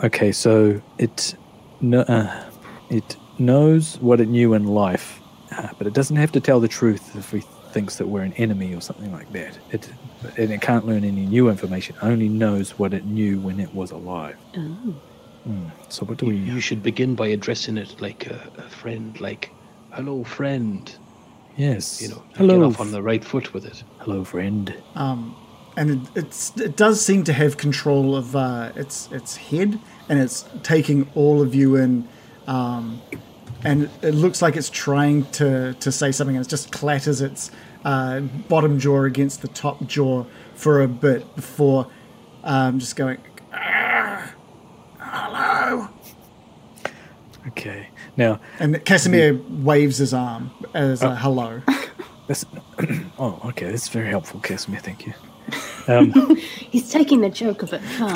C: okay, so it no, uh, it knows what it knew in life, uh, but it doesn't have to tell the truth if it thinks that we're an enemy or something like that. It and it can't learn any new information. Only knows what it knew when it was alive. Hmm, So what do we?
H: You should begin by addressing it like a, a friend, like, hello, friend.
C: Yes.
H: You know, and
C: Hello.
H: get off on the right foot with it.
C: Hello, friend.
B: and it, it's it does seem to have control of uh, its its head, and it's taking all of you in. Um, and it looks like it's trying to, to say something, and it just clatters its uh, bottom jaw against the top jaw for a bit before um, just going. "Ah, Hello,
C: Okay. Now
B: and Casimir waves his arm as a hello.
C: that's. oh, okay. That's very helpful, Casimir. Thank you. Um,
G: He's taking the joke a bit far.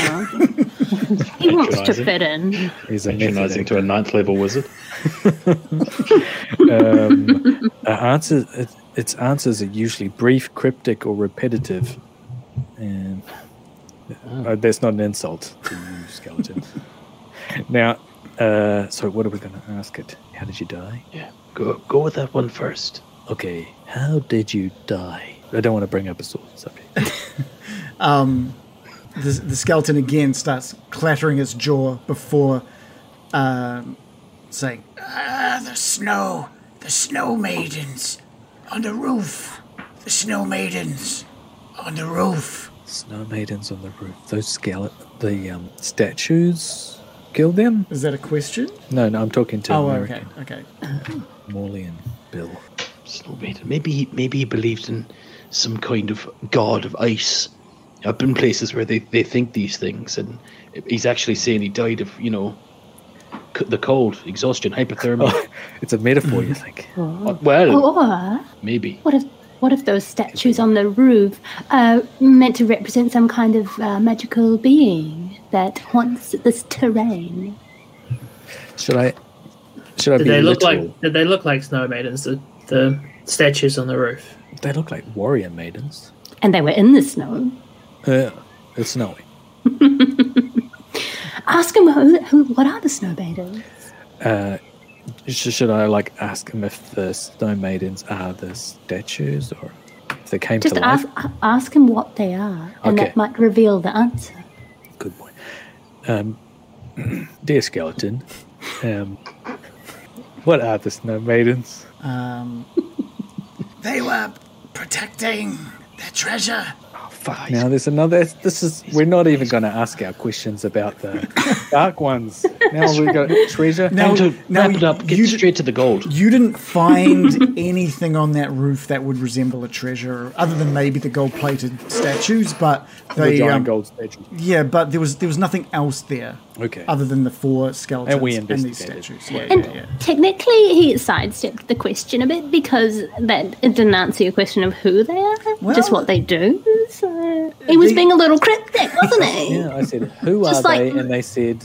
G: he wants to
H: Patronising.
G: fit in.
C: he's a
H: Patronizing to a ninth level wizard.
C: um, uh, answers, it, its answers are usually brief, cryptic, or repetitive. And
D: Oh.
C: uh, that's not an insult to you, skeleton. now, Uh, so what are we going to ask it? How did you die?
D: Yeah, go go with that one first.
C: Okay, how did you die? I don't want to bring up a sore subject.
B: The, the skeleton again starts clattering its jaw before um, saying, ah, The snow, the snow maidens on the roof, the snow maidens on the roof.
C: Snow maidens on the roof. Those skeleton, the um, statues killed them?
B: Is that a question?
C: No, no, I'm talking to
B: Oh, okay,
C: American
B: okay.
C: Morley and Bill.
D: Snow Maiden. Maybe he, maybe he believes in some kind of god of ice. Up in places where they, they think these things, and he's actually saying he died of you know c- the cold, exhaustion, hypothermia.
C: It's a metaphor, you think?
D: Uh,
G: Oh.
D: well,
G: Or
D: maybe.
G: what if what if those statues on the roof are meant to represent some kind of uh, magical being that haunts this terrain?
C: Should I? Should I
F: Did
C: be
F: they look
C: literal?
F: like? Did they look like snow maidens? The the statues on the roof.
C: They look like warrior maidens.
G: And they were in the snow.
C: Uh, it's snowy.
G: Ask him who, who what are the snow maidens?
C: Sh- Should I like ask him if the stone maidens are the statues or if they came
G: Just
C: to
G: ask
C: life?
G: ask him what they are, and
C: Okay.
G: that might reveal the answer.
C: Good boy. Um, dear skeleton, um, what are the snow maidens?
B: They were protecting their treasure.
D: Fuck,
C: Now there's another. This is we're not even going to ask our questions about the dark ones. Now we've got treasure.
B: Now,
D: to
B: now
D: wrap it up. Get
B: you, di-
D: straight to the gold.
B: you didn't find anything on that roof that would resemble a treasure, other than maybe the gold-plated statues. But
C: the
B: they,
C: giant
B: um,
C: gold statue.
B: yeah, but there was there was nothing else there.
C: Okay.
B: Other than the four skeletons
C: we
B: and these
C: investigated.
B: statues. Yeah,
G: And
B: yeah, yeah.
G: technically, he sidestepped the question a bit because that it didn't answer your question of who they are, just
B: Well-
G: what they do. So he was
B: They-
G: being a little cryptic, wasn't he?
C: Yeah, I said, who are
G: Just like-
C: they? And they said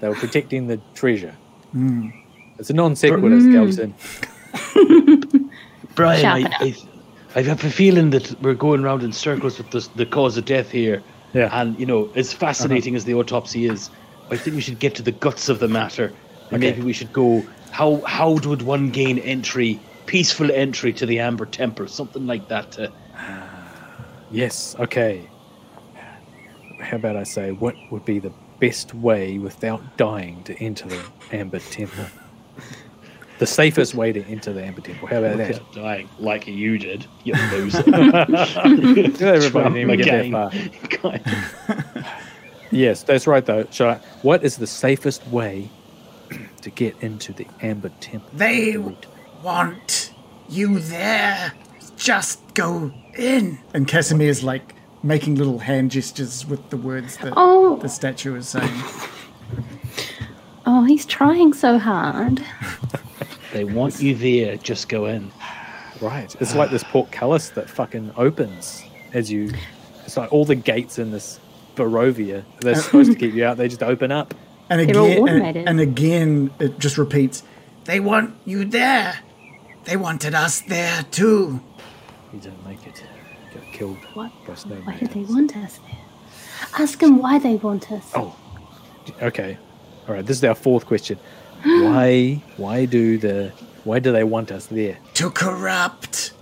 C: they were protecting the treasure. It's a non sequitur, skeleton.
D: Brian,
G: Sharpen
D: I, I, I have a feeling that we're going round in circles with this, the cause of death here.
C: Yeah.
D: And, you know, as fascinating as the autopsy is, I think we should get to the guts of the matter. And maybe we should go, how, how would one gain entry, peaceful entry to the Amber Temple? Something like that. To,
C: Yes, okay. How about I say, what would be the best way without dying to enter the Amber Temple? The safest way to enter the Amber Temple. How about that?
D: without dying like you did, you loser.
C: Did everybody didn't even get that
D: Again.
C: far.
D: God.
C: Yes, that's right, though. Shall I, what is the safest way to get into the Amber Temple?
B: They want you there. Just go in. And Casimir's like making little hand gestures with the words that
G: Oh.
B: the statue is saying.
G: Oh, he's trying so hard.
D: They want you there, just go in.
C: Right. It's like this portcullis that fucking opens as you. It's like all the gates in this Barovia, they're supposed to keep you out, they just open up.
B: And
G: They're all
B: again, and,
G: automated.
B: and again, it just repeats. They want you there. They wanted us there too.
C: You don't make it. You get killed
G: What?
C: by snow
G: Why do they
C: maidens.
G: want us there? Ask him why they want us.
C: Oh. Okay. All right. This is our fourth question. Why? Why do the? Why do they want us there?
B: To corrupt.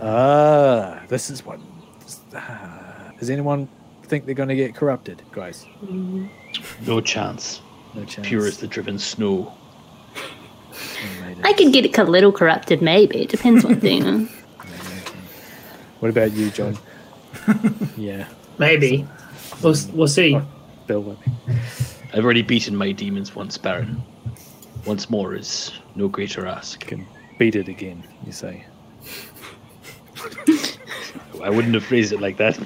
C: Ah, this is what. ah. does anyone think they're going to get corrupted, guys?
D: No chance.
C: No chance.
D: Pure as the driven snow.
C: Snow maidens.
G: I could get a little corrupted, maybe. It depends what thing.
C: What about you, John? yeah,
F: Maybe. We'll, we'll see.
C: Bill. I think.
D: I've already beaten my demons once, Baron. Once more is no greater ask.
C: can beat it again, you say.
D: I wouldn't have phrased it like that.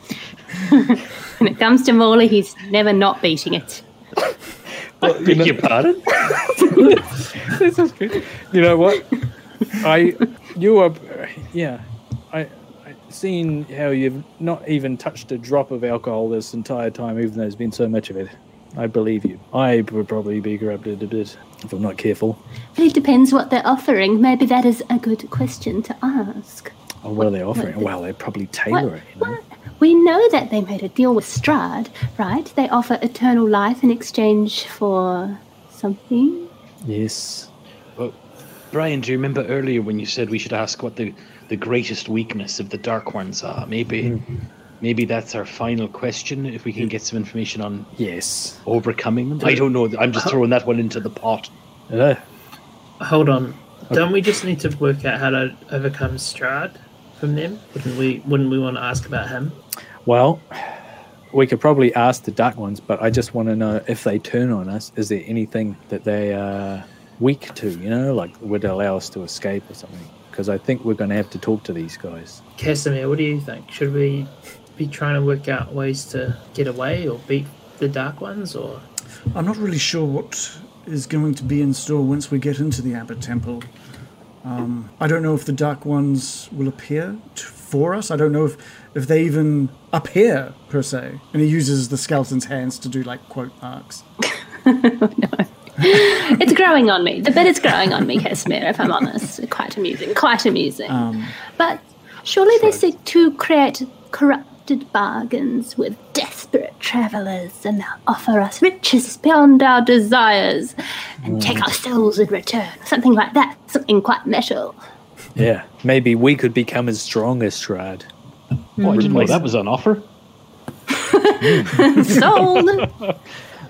D: but, yeah.
G: When it comes to Morley, he's never not beating it.
D: I beg your pardon?
C: Mm. this is good. You know what? I, you are, yeah. I, I seen how you've not even touched a drop of alcohol this entire time, even though there's been so much of it. I believe you. I would probably be corrupted a bit if I'm not careful.
G: But it depends what they're offering. Maybe that is a good question to ask.
C: Oh, what are they offering?
G: What-
C: Well, they probably
G: What,
C: tailor it. You know?
G: what- We know that they made a deal with Strad, right? They offer eternal life in exchange for something.
C: Yes.
D: Well, Brian, do you remember earlier when you said we should ask what the, the greatest weakness of the Dark Ones are? Maybe, maybe that's our final question. If we can get some information on
C: Yes.
D: overcoming them, I don't know. I'm just throwing that one into the pot.
C: Hello.
F: Hold on. Don't we just need to work out how to overcome Strad from them? Wouldn't we? Wouldn't we want to ask about him?
C: Well, we could probably ask the dark ones, but I just want to know if they turn on us, is there anything that they are weak to, you know, like would allow us to escape or something? Because I think we're going to have to talk to these guys.
F: Casimir, what do you think? Should we be trying to work out ways to get away or beat the Dark Ones, or
B: I'm not really sure what is going to be in store once we get into the Abbot Temple. Um, I don't know if the Dark Ones will appear to, for us. I don't know if, if they even appear, per se. And he uses the skeleton's hands to do, like, quote marks.
G: It's growing on me. The bit is growing on me, Casimir, if I'm honest. Quite amusing. Quite amusing. but surely they seek to create corrupted bargains with desperate travellers and offer us riches beyond our desires and take our souls in return. Something like that. Something quite metal.
C: Yeah. Maybe we could become as strong as Strad. Hmm.
D: Oh, I didn't know that was on offer.
G: Sold.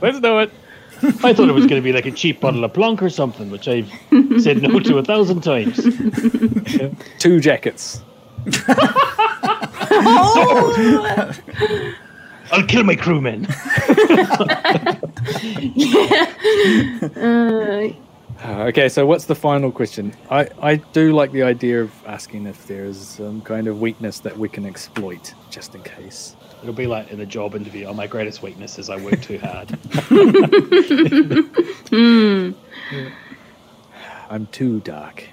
H: Let's do it.
D: I thought it was going to be like a cheap bottle of Blanc or something, which I've said no to a thousand times.
C: Two jackets.
D: I'll kill my crewmen.
C: Uh, okay, so what's the final question? I, I do like the idea of asking if there is some kind of weakness that we can exploit just in case.
D: It'll be like in a job interview. Oh, my greatest weakness is I work too hard.
C: I'm too dark.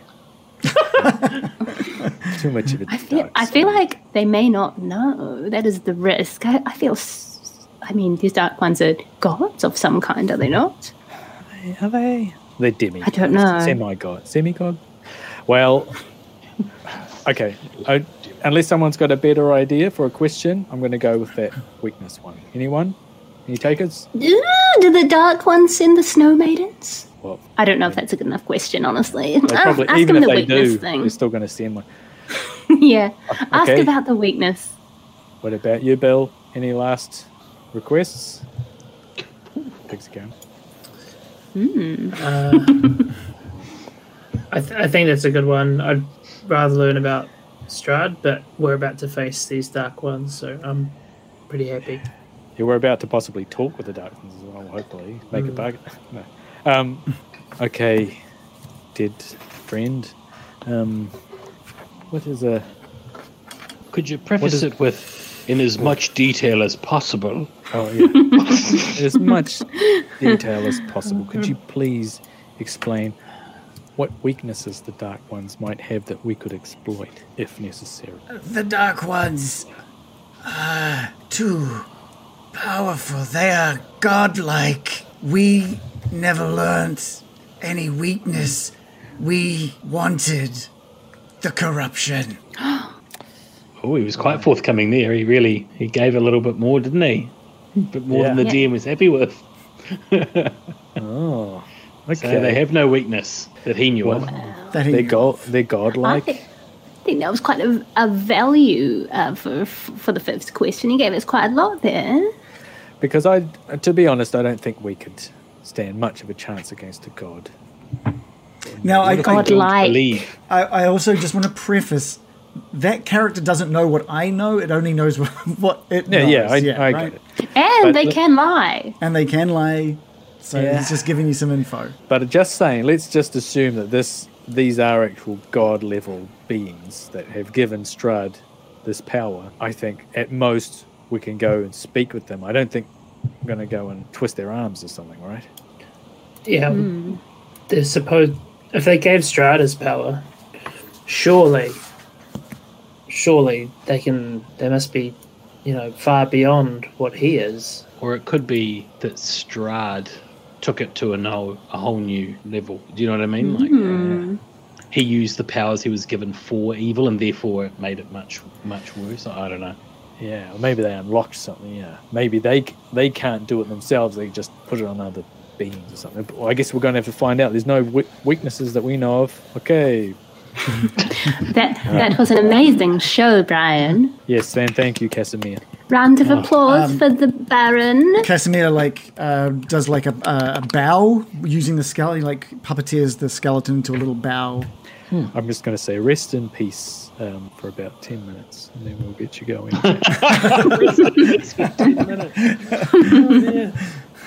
C: Too much of a
G: I feel,
C: dark
G: I
C: side.
G: feel like they may not know. That is the risk. I, I feel. s- I mean, these dark ones are gods of some kind, are they not?
C: Are they? They're demi.
G: I don't know.
C: Semi god. Semi god. Well, okay. I, unless someone's got a better idea for a question, I'm going to go with that weakness one. Anyone? Any takers?
G: Ooh, Do the dark ones send the snow maidens?
C: Well,
G: I don't know if that's a good enough question, honestly.
C: they
G: Ah,
C: probably
G: ask
C: even
G: them
C: if
G: the
C: they
G: weakness
C: do,
G: thing.
C: they're still going to send one.
G: yeah. Ask
C: Okay.
G: about the weakness.
C: What about you, Bill? Any last requests? Thanks again.
F: I, th- I think that's a good one. I'd rather learn about Strad, but we're about to face these Dark Ones, so I'm pretty happy.
C: Yeah, we're about to possibly talk with the Darkens as well, hopefully. Make a bargain. No. Um, okay, dead friend. Um, what is a.
D: Could you preface
C: is-
D: it with, in as much detail as possible?
C: Oh, yeah. as much detail as possible. Could you please explain what weaknesses the Dark Ones might have that we could exploit if necessary?
B: The Dark Ones are too powerful. They are godlike. We never learnt any weakness. We wanted the corruption.
D: Oh, he was quite forthcoming there. He really he gave a little bit more, didn't he? A bit more than
C: Yeah.
D: the DM was happy with.
C: Oh,
D: So
C: okay.
D: they have no weakness that he knew of.
B: That
C: They're, go- they're godlike.
G: I think, I think that was quite a, a value uh, for, for the fifth question. You gave us quite a lot there.
C: Because I, to be honest, I don't think we could stand much of a chance against a god.
B: Now, I, I,
G: Godlike.
D: Believe.
B: I, I also just want to preface that character doesn't know what I know. It only knows what, what it
C: Yeah,
B: knows.
C: yeah, I, I
B: right?
C: get it.
G: And they
C: look-
G: can lie.
B: And they can lie. So
C: Yeah.
B: he's just giving you some info.
C: But just saying, let's just assume that this these are actual god level beings that have given Strud this power. I think at most we can go and speak with them. I don't think I'm going to go and twist their arms or something, right?
F: Yeah, they're supposed. If they gave Strad his power, surely, surely they can. They must be, you know, far beyond what he is.
D: Or it could be that Strad took it to a no, a whole new level. Do you know what I mean? Like
E: Mm-hmm.
D: uh, he used the powers he was given for evil, and therefore it made it much much worse. I don't know.
C: Yeah, or maybe they unlocked something. Yeah, maybe they c- they can't do it themselves. They just put it on other beings or something. But I guess we're going to have to find out. There's no we- weaknesses that we know of. Okay.
E: That that was an amazing show, Brian.
C: Yes, and thank you, Casimir.
E: Round of
G: Um,
E: applause for the Baron.
B: Casimir like uh, does like a, a, a bow using the skeleton, like puppeteers the skeleton into a little bow.
C: I'm just going to say rest in peace um, for about ten minutes, and then we'll get you going.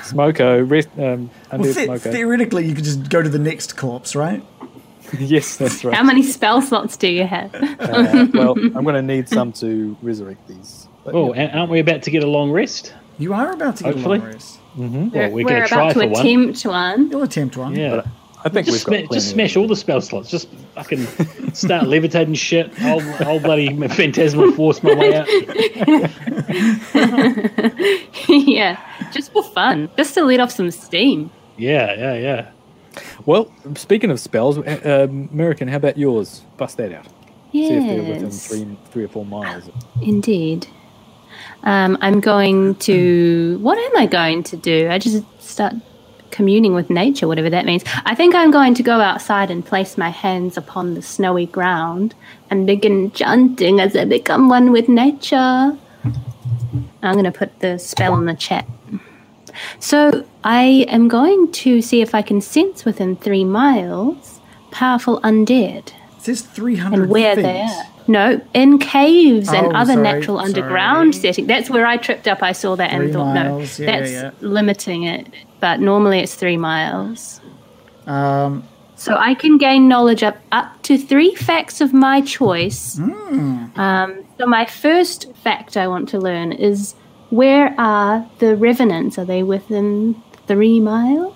C: Smoko, rest, um, undo
B: Well, the-
C: Smoko.
B: theoretically, you could just go to the next corpse, right?
C: yes, that's right.
E: How many spell slots do you have?
C: Uh, well, I'm going to need some to resurrect these. But,
H: Oh, a- aren't we about to get a long rest?
B: You are about to get
H: Hopefully.
B: a long rest.
H: Well,
E: we're
H: we're going to try
E: about to
H: for one.
E: attempt one.
B: You'll attempt one.
H: Yeah.
C: I think
H: Just,
C: we've
H: sma-
C: got
H: just
C: plenty of-
H: smash all the spell slots. Just fucking start levitating shit. I'll, I'll bloody phantasmal force my way out.
E: yeah, just for fun, just to let off some steam.
H: Yeah, yeah, yeah.
C: Well, speaking of spells, uh, um, American, how about yours? Bust that out. See if they're within
E: Yes,
C: three, three or four miles.
E: indeed. Um, I'm going to. What am I going to do? I just start communing with nature, whatever that means. I think I'm going to go outside and place my hands upon the snowy ground and begin chanting as I become one with nature. I'm going to put the spell in the chat. So I am going to see if I can sense within three miles powerful undead.
B: It says 300
E: and where
B: feet.
E: they are. No, in caves
B: Oh,
E: and other
B: sorry,
E: natural underground
B: sorry.
E: setting. That's where I tripped up. I saw that
B: Three
E: and thought,
B: miles,
E: no,
B: yeah,
E: that's
B: yeah.
E: limiting it. But normally it's three miles.
B: Um,
E: So I can gain knowledge up, up to three facts of my choice.
B: Hmm.
E: Um, so my first fact I want to learn is where are the revenants? Are they within three miles?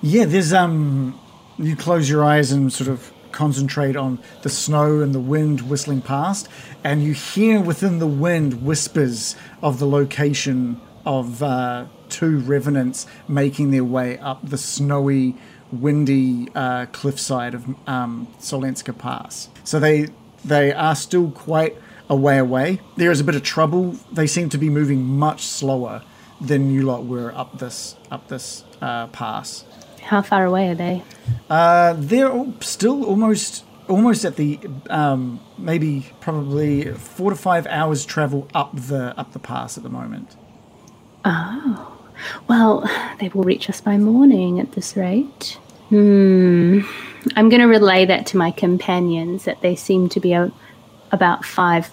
B: yeah, there's um, you close your eyes and sort of concentrate on the snow and the wind whistling past, and you hear within the wind whispers of the location of uh, two revenants making their way up the snowy, windy uh, cliffside of um, Solenska Pass. So they they are still quite a way away. There is a bit of trouble. They seem to be moving much slower than you lot were up this up this uh, pass.
E: How far away are they?
B: They're all still almost almost at the um, maybe probably four to five hours travel up the up the pass at the moment.
E: Well, they will reach us by morning at this rate. Hmm. I'm going to relay that to my companions that they seem to be out about five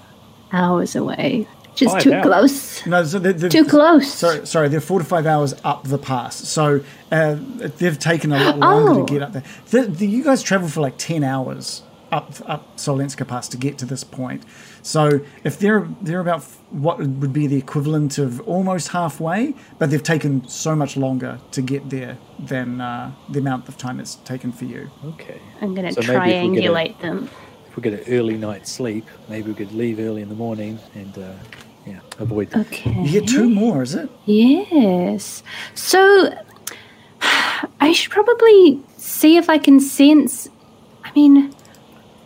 E: hours away, which is
H: Five
E: too
H: hours?
E: close.
B: No, so they're, they're,
E: Too close.
B: Sorry, sorry, they're four to five hours up the pass, so uh, they've taken a lot longer
E: Oh.
B: to get up there. The, the, you guys travel for like ten hours up up Solenska Pass to get to this point. So if they're they're about f- what would be the equivalent of almost halfway, but they've taken so much longer to get there than uh, the amount of time it's taken for you.
C: Okay.
E: I'm going to
C: So maybe if we get a-
E: triangulate them.
C: If we get an early night's sleep, maybe we could leave early in the morning and uh, yeah, avoid them.
E: Okay.
B: You get two more, is it?
E: Yes. So I should probably see if I can sense. I mean,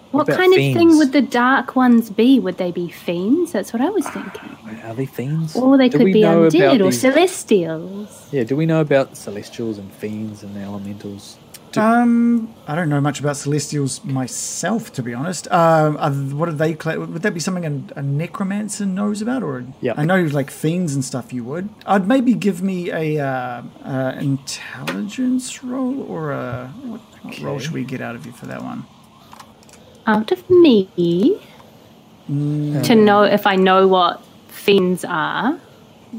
E: what,
C: about
E: kind of thing
C: fiends?
E: would the dark ones be? Would they be fiends? That's what I was thinking.
C: Are they fiends?
E: Or they
C: Do
E: could
C: we
E: be
C: know about
E: undead or
C: these-
E: celestials.
C: Yeah, do we know about celestials and fiends and the elementals?
B: Um, I don't know much about Celestials myself, to be honest. Um, are, what are they? Cla- would that be something a, a necromancer knows about, or a-
C: Yeah.
B: I know like fiends and stuff. You would. I'd maybe give me a uh, uh, intelligence roll or a what, what roll should we get out of you for that one?
E: Out of me to know if I know what fiends are.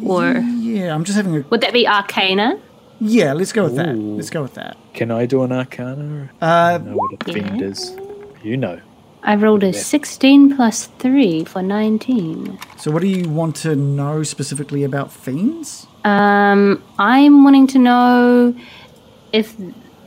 E: Or
B: Yeah, I'm just having a
E: would that be arcana?
B: yeah. Let's go with that.
C: Ooh.
B: Let's go with that.
C: Can I do an arcana? I
B: Uh,
C: know what a fiend is. You know.
E: I rolled a 16 plus 3 for 19.
B: so, what do you want to know specifically about fiends?
E: Um, I'm wanting to know if.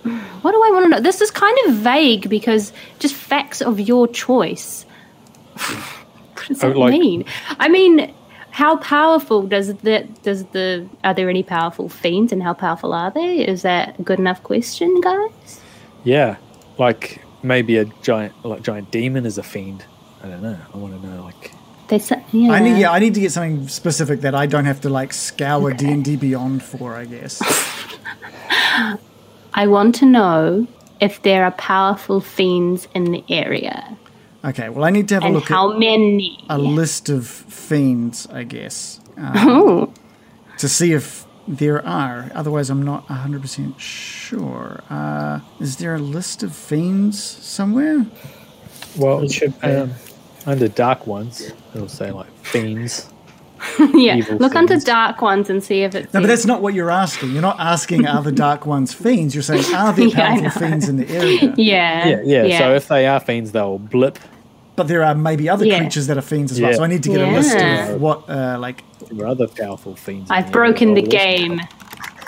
E: What do I want to know? This is kind of vague because just facts of your choice. what does
C: Oh,
E: that
C: like-
E: mean? I mean, how powerful does the does the are there any powerful fiends and how powerful are they? Is that a good enough question, guys?
C: Yeah, like maybe a giant, like giant demon is a fiend. I don't know. I want to know like
E: That's yeah.
B: I need yeah, I need to get something specific that I don't have to like scour D and D Beyond for. I guess.
E: I want to know if there are powerful fiends in the area
B: Okay. Well, I need to have a
E: and
B: look
E: how
B: at
E: many.
B: a list of fiends. I guess um,
E: Oh,
B: to see if there are. Otherwise, I'm not hundred percent sure. Uh, is there a list of fiends somewhere?
C: Well,
F: It should be.
C: um, under dark ones, it'll say like fiends.
E: yeah.
C: Evil
E: Look under
C: fiends.
E: dark ones and see if it's.
B: No, but that's not what you're asking. You're not asking are the dark ones fiends. You're saying are there
E: Yeah, I
B: powerful
E: know.
B: fiends in the area?
E: yeah,
C: Yeah, yeah. So if they are fiends, they'll blip.
B: But there are maybe other
E: Yeah.
B: creatures that are fiends as well.
C: Yeah.
B: So I need to get a list
E: Yeah.
B: of what uh, like
C: There are other powerful fiends. in
E: I've
C: there.
E: broken the
C: They'll-
E: game.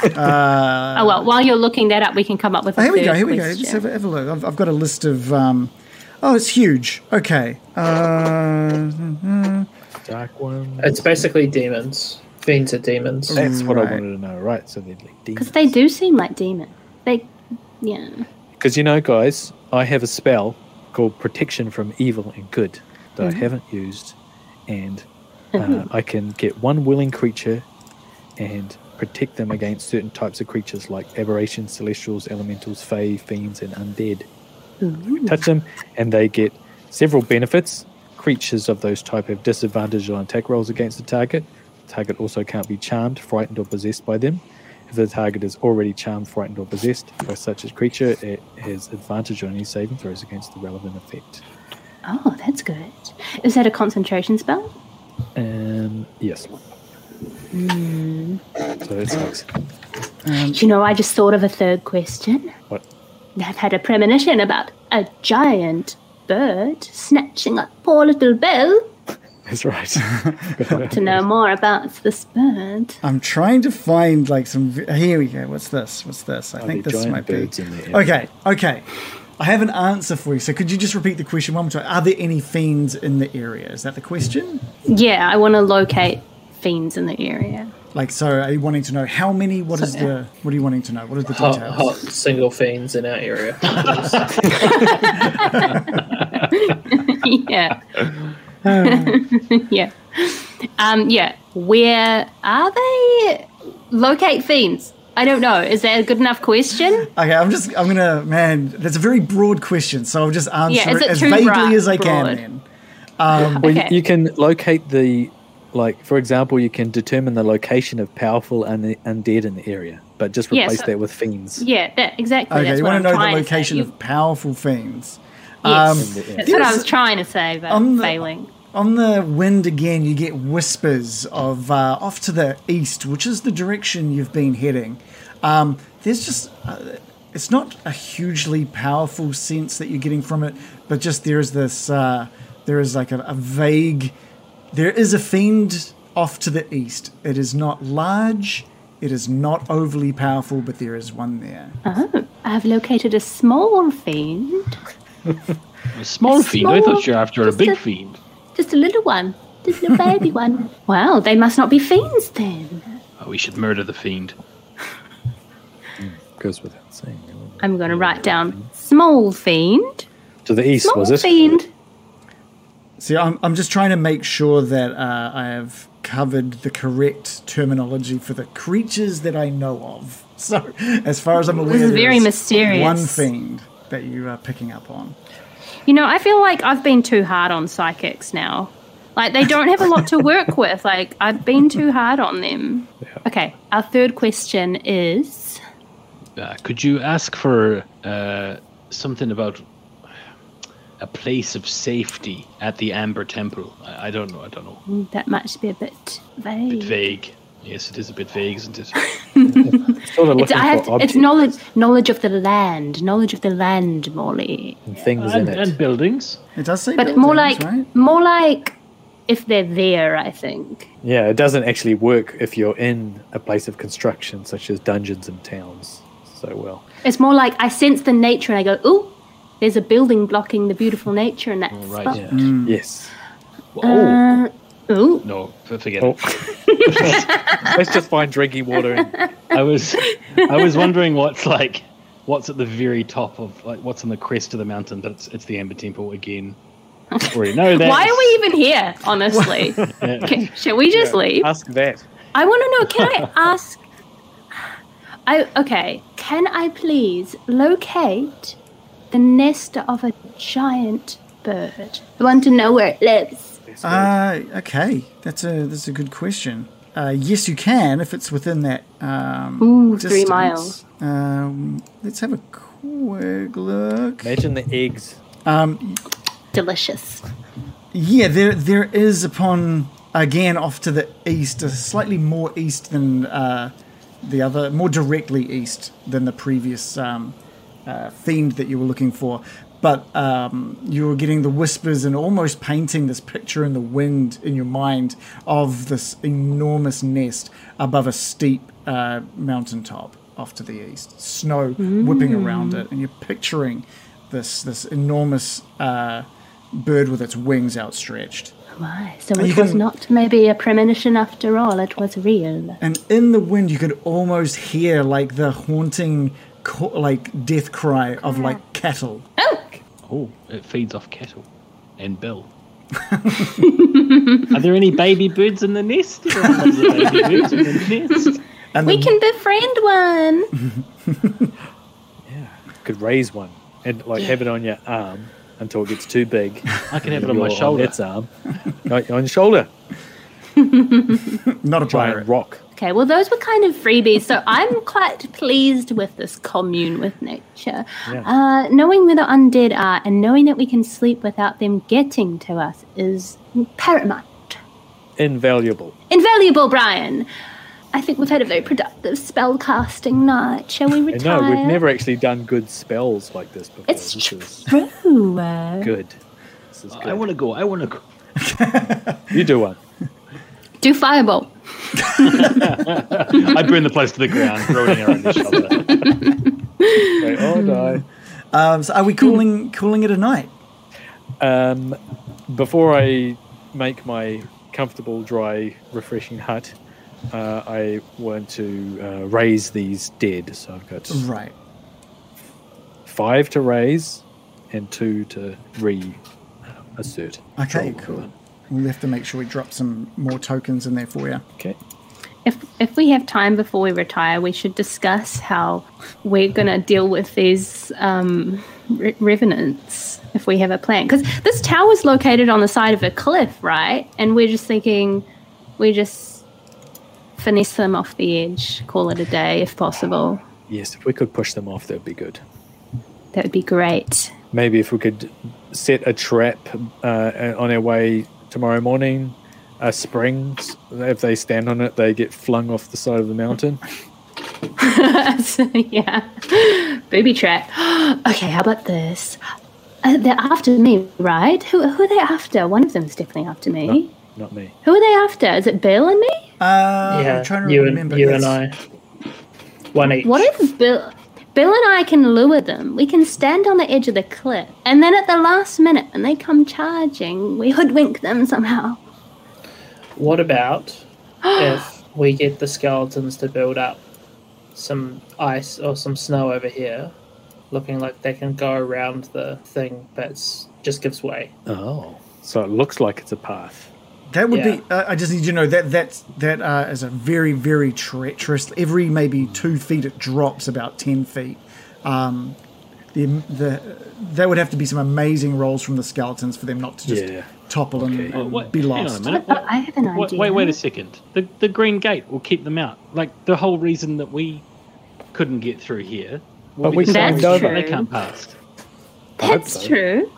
E: oh well, while you're looking that up, we can come up with. A
B: Oh, Uh, here we go.
E: third
B: Here we go.
E: question.
B: Just have, a- have a look. I've, I've got a list of. Um, oh, it's huge. Okay. Uh,
C: Dark ones.
F: It's basically demons. Fiends are demons.
C: That's what I
B: Right.
C: wanted to know, right? So they're like
E: Because
C: demons.
E: they do seem like demons. They, yeah.
C: Because you know, guys, I have a spell called Protection from Evil and Good that I haven't used, and uh, I can get one willing creature and protect them against certain types of creatures like aberrations, celestials, elementals, fae, fiends, and undead. Touch them, and they get several benefits. Creatures of those type have disadvantage on attack rolls against the target. The target also can't be charmed, frightened, or possessed by them. If the target is already charmed, frightened, or possessed by such a creature, it has advantage on any saving throws against the relevant effect.
E: Oh, that's good. Is that a concentration spell?
C: Um, yes.
E: Hmm.
C: So it's like
E: You know, I just thought of a third question.
C: what?
E: I've had a premonition about a giant bird snatching up poor little Bill.
C: That's right.
E: To know more about this bird.
B: I'm trying to find like some. v- Here we go. What's this? What's this? I think
C: there
B: this
C: Oh, giant
B: might
C: birds
B: be.
C: in the air?
B: okay. Okay. I have an answer for you. So could you just repeat the question one more time? Are there any fiends in the area? Is that the question?
E: Yeah, I want to locate fiends in the area.
B: Like, so are you wanting to know how many? What is
E: So-
B: the? What are you wanting to know? What are the details? Um,
F: Hot, hot single fiends in our area.
E: yeah. yeah. Um, yeah. Where are they? Locate fiends. I don't know. Is that a good enough question?
B: Okay, I'm just. I'm gonna. Man, that's a very broad question. So I'll just answer
E: Yeah, is
B: it
E: it
B: as
E: too
B: vaguely
E: broad-
B: as I can.
E: broad?
B: Then.
C: Well, you-
E: Okay.
C: you can locate the, like, for example, you can determine the location of powerful un- undead in the area, but just
E: Yeah,
C: replace
E: so-
C: that with fiends.
E: Yeah, that exactly.
B: Okay,
E: that's
B: you
E: what
B: want
E: I'm
B: to know the
E: trying say.
B: location
E: You-
B: of powerful fiends.
C: In
E: Yes.
C: the area.
E: that's what I
B: There's-
E: was trying to say, but
B: on the-
E: failing.
B: On the wind again, you get whispers of uh, off to the east, which is the direction you've been heading. Um, there's just, uh, it's not a hugely powerful sense that you're getting from it, but just there is this, uh, there is like a, a vague, there is a fiend off to the east. It is not large, it is not overly powerful, but there is one there.
E: I've located a small fiend,
D: A small
E: A
D: fiend. I thought you
E: small-
D: were after a
E: just
D: big
E: a-
D: fiend.
E: just a little one, just a little baby one. Wow, they must not be fiends then.
D: Oh, we should murder the fiend.
C: Goes without saying. really.
E: I'm going to write down small fiend.
C: To the east,
E: Small
C: was it?
E: fiend.
B: See, I'm, I'm just trying to make sure that uh, I have covered the correct terminology for the creatures that I know of. So, as far as I'm aware,
E: is
B: there
E: very
B: is
E: mysterious.
B: One fiend that you are picking up on.
E: You know, I feel like I've been too hard on psychics now. Like they don't have a lot to work with. Like I've been too hard on them. Okay, our third question is
D: Uh, could you ask for uh, something about a place of safety at the Amber Temple? I, I don't know. I don't know.
E: that might be a bit
D: A
E: vague.
D: bit vague. Yes, it is a bit vague, isn't it?
C: Sort of
E: It's,
C: looking
E: I have
C: for
E: to,
C: objects
E: it's knowledge knowledge of the land, knowledge of the land, Morley.
C: and things in
D: and,
C: it.
D: and buildings.
B: It does say,
E: But more
B: buildings,
E: like
B: right?
E: more like if they're there, I think.
C: Yeah, it doesn't actually work if you're in a place of construction, such as dungeons and towns. So well,
E: It's more like I sense the nature and I go, "Ooh, there's a building blocking the beautiful nature in that
D: right,
E: spot."
D: yeah.
C: Mm. yes.
D: Oh
E: Uh, ooh,
D: no! f- Forget
C: Oh.
D: it.
C: Let's just find drinking water. And,
D: I was I was wondering what's like what's at the very top of like what's on the crest of the mountain, but it's, it's the Amber Temple again.
H: already know that.
G: Why are we even here, honestly? Can- Shall we just leave?
C: Ask that.
G: I want to know can I ask? I Okay, can I please locate the nest of a giant bird? I want to know where it lives.
B: Uh, okay, that's a that's a good question. Uh, yes, you can if it's within that um,
G: Ooh,
B: distance.
G: three miles.
B: Um, let's have a quick look.
C: Imagine the eggs.
G: Delicious.
B: Yeah, there there is upon again off to the east, uh, slightly more east than uh, the other, more directly east than the previous um, uh, fiend that you were looking for. But um, you were getting the whispers and almost painting this picture in the wind in your mind of this enormous nest above a steep uh, mountaintop off to the east, snow whipping around it, and you're picturing this this enormous uh, bird with its wings outstretched.
G: Why? So
B: you
G: it was
B: can-
G: not maybe a premonition after all, it was real.
B: and in the wind you could almost hear like the haunting co- like death cry of like cattle
D: Oh, it feeds off kettle and Bill.
H: Are there any baby birds in the nest? Everyone loves the baby birds in the nest.
B: and
G: We
B: the-
G: can befriend one.
C: Could raise one and like have it on your arm until it gets too big.
H: I can have it on my
C: You're
H: shoulder.
C: its arm. No, on your shoulder.
B: not a
C: Giant
B: pirate
C: rock.
G: Okay, well, those were kind of freebies, so I'm quite pleased with this commune with nature. Uh, knowing where the undead are and knowing that we can sleep without them getting to us is paramount.
C: Invaluable.
G: Invaluable, Brian! I think we've had a very productive spellcasting night. Shall we
C: And
G: retire?
C: no, we've never actually done good spells like this before.
G: It's
C: this is
G: true. uh,
C: good. This is good.
D: I want to go. I want to go.
C: you do one.
G: Do fireball.
H: I burn the place to the ground, rolling around the shoulder.
C: They all die.
B: um, so are we calling calling it a night
C: Um, before I make my comfortable, dry, refreshing hut, uh, I want to uh, raise these dead. So I've got
B: right
C: five to raise and two to uh, reassert.
B: okay cool we'll have to make sure we drop some more tokens in there for you
C: Okay.
G: if if we have time before we retire, we should discuss how we're gonna deal with these um, re- revenants if we have a plan. Because this tower is located on the side of a cliff, right? And we're just thinking, we just finesse them off the edge, call it a day if possible.
C: Yes, if we could push them off, that would be good.
G: That would be great.
C: Maybe if we could set a trap uh, on our way tomorrow morning, a spring. If they stand on it, they get flung off the side of the mountain.
G: So, yeah, booby trap. okay, how about this? Uh, they're after me, right? Who, who are they after? One of them's definitely after me.
C: Not me.
G: Who are they after? Is it Bill and me?
B: uh,
F: yeah,
B: i'm trying to
F: you
B: remember
F: and you
B: yes.
F: and I, one each.
G: What if Bill? Bill and I can lure them. We can stand on the edge of the cliff, and then at the last minute, when they come charging, we hoodwink them somehow.
F: What about if we get the skeletons to build up some ice or some snow over here, looking like they can go around the thing, but it's, just gives way.
C: Oh. So it looks like it's a path.
B: That would
F: Yeah.
B: be. Uh, I just need you to know that that's that uh, is a very very treacherous. Every maybe two feet it drops about ten feet. Um, the the there would have to be some amazing rolls from the skeletons for them not to just
C: Yeah.
B: topple and,
H: Oh,
B: and
H: what-
B: be
H: hang on a
B: lost.
H: minute.
G: I have an idea.
H: Wait, wait, wait a second. The the green gate will keep them out. Like the whole reason that we couldn't get through here. will
C: But
H: be
C: we
H: the same
G: signed
H: reason
G: over.
H: They come past.
G: That's true.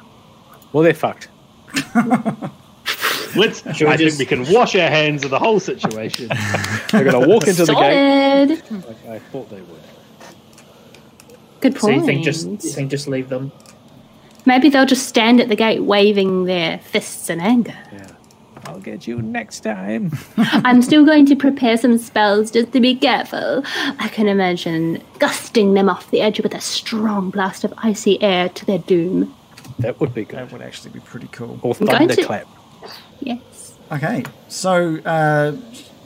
C: Well, they're fucked.
H: Let's.
F: Should we
H: I
F: just-
H: think we can wash our hands of the whole situation.
C: They're going to walk into the gate.
G: Solid.
C: Like I thought they would.
G: Good point.
F: So you think just you think just leave them?
G: Maybe they'll just stand at the gate waving their fists in anger.
C: I'll get you next time.
G: I'm still going to prepare some spells just to be careful. I can imagine gusting them off the edge with a strong blast of icy air to their doom.
C: That would be good.
B: That would actually be pretty cool.
C: Or
G: I'm going to-
C: thunderclap.
G: Yes.
B: Okay, so uh,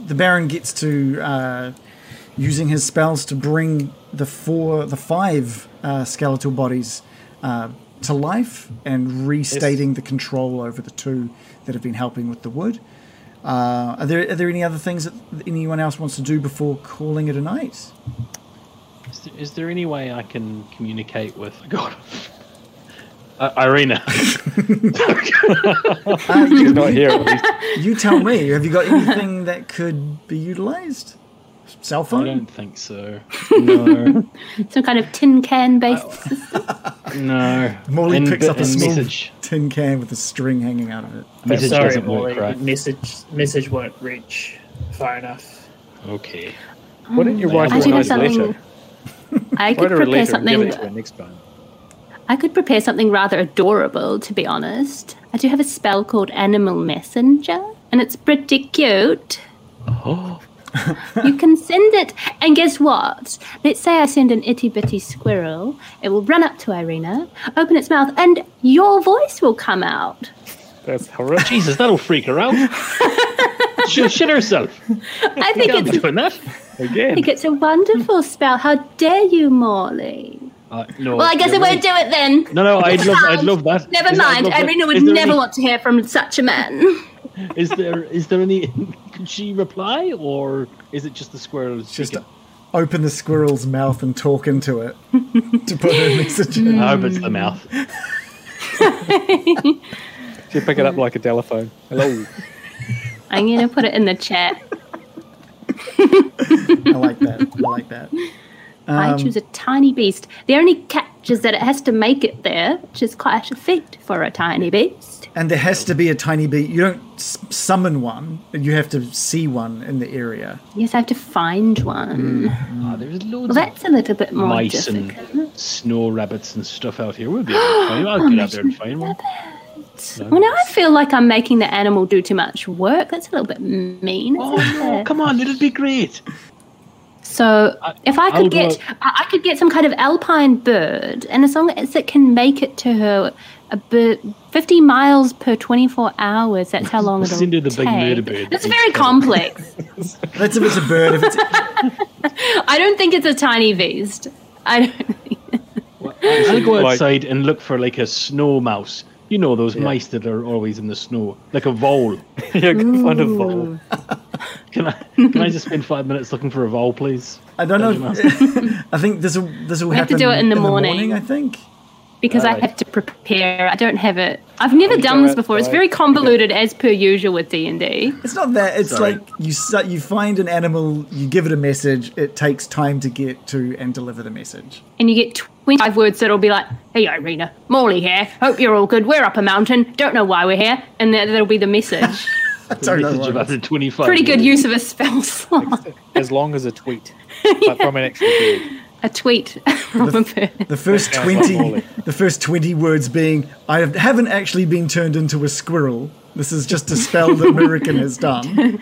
B: the Baron gets to uh, using his spells to bring the four, the five uh, skeletal bodies uh, to life and restating the control over the two that have been helping with the wood. Uh, are there are there any other things that anyone else wants to do before calling it a night?
D: Is there, is there any way I can communicate with God? Uh, Irina.
B: Uh,
C: She's not
B: you,
C: here. At least.
B: you tell me. Have you got anything that could be utilized? Cell
D: I
B: phone.
D: don't think so. No,
G: Some kind of tin can based.
D: no.
B: Morley
D: And-
B: picks up a
D: and
B: small
D: message.
B: tin can with a string hanging out of it.
D: Message
F: Sorry,
D: doesn't
F: Ollie,
D: work,
F: the
D: right?
F: Message message won't reach far enough.
D: Okay.
C: Why don't you write
G: Mm. I
C: her a
G: do have
C: nice letter?
G: something. I
C: Write
G: could
C: her a
G: prepare
C: letter and give it
G: something.
C: to her next time.
G: I could prepare something rather adorable, to be honest. I do have a spell called Animal Messenger, and it's pretty cute.
D: Oh,
G: you can send it, and guess what? Let's say I send an itty bitty squirrel. It will run up to Irina, open its mouth, and your voice will come out.
C: That's horrific.
D: Oh, Jesus, that'll freak her out. She'll shit herself.
G: I think
D: Can't be
G: it's,
D: doing that.
G: I
C: Again.
G: think it's a wonderful spell. How dare you, Morley?
D: Uh, no.
G: Well, I guess I
D: you're
G: won't
D: right.
G: do it then.
D: No, no, I'd love, I'd love that.
G: Never
D: Is- I'd
G: mind.
D: love that.
G: Irina would
D: Is there
G: never
D: any-
G: want to hear from such a man.
D: Is there, is there any? Can she reply, or is it just the squirrel?
B: Just open the squirrel's mouth and talk into it to put her message in.
D: I hope it's the mouth.
C: Mm. She pick it up like a telephone. Hello.
G: I'm gonna put it in the chat.
B: I like that. I like that.
D: Um,
G: I choose a tiny beast. The only catch is that it has to make it there, which is quite a feat for a tiny beast.
B: And there has to be a tiny bee. You don't s- summon one. You have to see one in the area.
G: Yes, I have to find one.
D: Ah, there's loads
G: Well, that's a little bit more
D: Mice and-
G: difficult.
D: of snow rabbits and stuff out here. We'll be able to find. I'll get out
G: Oh,
D: there and find one.
G: Well, now I feel like I'm making the animal do too much work. That's a little bit mean.
D: Oh
G: isn't
D: no!
G: it?
D: Come on, it'll be great.
G: So if I
D: I'll
G: could get,
D: go-
G: I I could get some kind of alpine bird, and as long as it can make it to her, a bird, fifty miles per twenty-four hours. That's how long it'll
D: Send her the big
G: take.
D: murder bird.
G: That's very complex.
B: That's if it's a bird. If it's
G: I don't think it's a tiny beast. I don't. Think.
D: I'll go
C: Like-
D: outside and look for like a snow mouse. You know those mice that are always in the snow, like a vole.
C: yeah, go find a vole.
D: Can I? Can I just spend five minutes looking for a vole, please?
B: I don't know. if- I think this will this will
G: We have to
B: happen.
G: do it in the morning.
B: I think.
G: Because I have to prepare. I don't have it. I've never
C: go
G: done this before. It's
C: outside.
G: very convoluted, as per usual with D and D.
B: It's not that. It's
D: Sorry.
B: like you s- you find an animal, you give it a message. It takes time to get to and deliver the message.
G: and you get 25 words that'll be like, hey, Irina, Morley here. Hope you're all good. We're up a mountain. Don't know why we're here. And that, that'll be the message.
B: That's our
D: Message
B: number.
D: about the twenty-five.
G: Pretty good
D: minutes.
G: use of a spell slot.
C: As long as a tweet. But from an actual bird.
G: a tweet from a bird.
B: The first
C: sounds like
B: twenty,
C: Morley.
B: the first twenty words being, I have- haven't actually been turned into a squirrel. This is just a spell that American has done.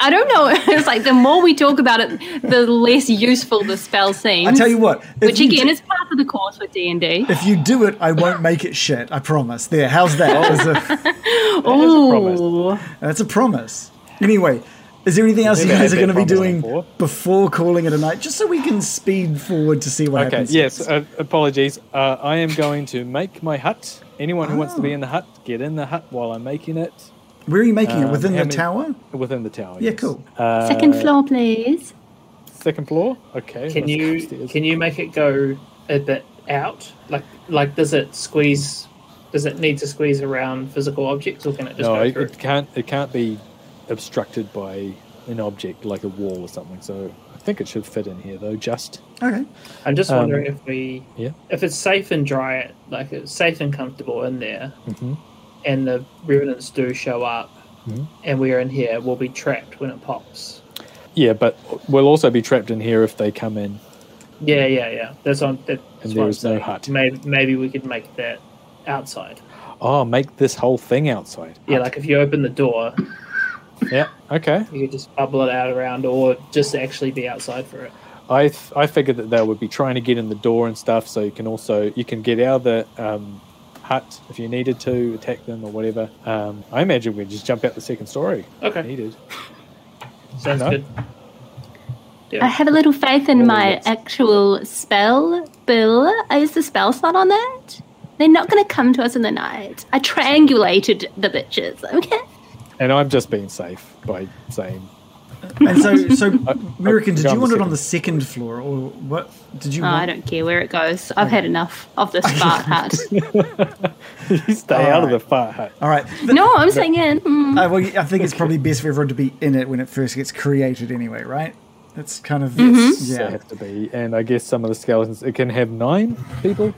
G: I don't know. It's like the more we talk about it, the less useful the spell seems.
B: I tell you what, if
G: Which
B: you
G: again
B: do,
G: is part of the course with D and D.
B: if you do it, I won't make it shit. I promise. There, how's that?
C: Oh.
B: As a-
C: promise.
G: Oh,
B: that's a promise. Anyway, is there anything else you
C: never
B: guys are
C: had
B: going to
C: that
B: be
C: promise
B: doing
C: before.
B: before calling it a night, just so we can speed forward to see what
C: Okay,
B: happens?
C: yes,
B: next?
C: uh, apologies. Uh, I am going to make my hut. Anyone who wants to be in the hut, get in the hut while I'm making it
B: Where are you making it
C: Um,
B: within
C: how
B: the
C: many-
B: tower?
C: within the tower.
B: Yeah,
C: yes.
B: cool.
C: Uh,
G: second floor, please.
C: Second floor? Okay.
F: Can
C: that's
F: you
C: upstairs.
F: can you make it go a bit out? Like like does it squeeze? Does it need to squeeze around physical objects, or can it just
C: no,
F: go
C: it,
F: through?
C: it can't. It can't be obstructed by an object like a wall or something. So I think it should fit in here though. Just
B: Okay.
F: I'm just
C: um,
F: wondering if we
C: yeah.
F: if it's safe and dry, like it's safe and comfortable in there,
C: Mm-hmm.
F: and the revenants do show up, and we're in here, we'll be trapped when it pops.
C: yeah, but we'll also be trapped in here if they come in.
F: Yeah, yeah, yeah. That's on. That's
C: Mm-hmm. And there
F: what I'm
C: is no
F: saying.
C: hut.
F: Maybe maybe we could make that outside.
C: Oh, make this whole thing outside.
F: Yeah, like if you open the door,
C: Yeah. Okay.
F: you could just bubble it out around, or just actually be outside for it.
C: I th- I figured that they would be trying to get in the door and stuff, so you can also you can get out of the um, hut if you needed to attack them or whatever. Um, I imagine we'd just jump out the second story.
F: Okay.
C: if needed.
F: Sounds
C: No?
F: good.
G: I have a little faith in
C: Oh,
G: my
C: yes.
G: actual spell bill. Is the spell slot on that? They're not going to come to us in the night. I triangulated the bitches, okay?
C: And I'm just being safe by saying
B: And so, so American, did you
C: forgot the
B: want it on
C: second.
B: the second floor, or what? Did you?
G: Oh,
B: want,
C: Mm-hmm.
G: I don't care where it goes. I've had enough of this fart hut.
C: you stay out of the fart hut.
B: All right.
G: No, I'm saying in. Mm.
B: Uh, well, I think it's probably best for everyone to be in it when it first gets created, anyway, right? That's kind of
C: Mm-hmm. Yeah.
B: yeah.
C: have to be. And I guess some of the skeletons it can have nine people.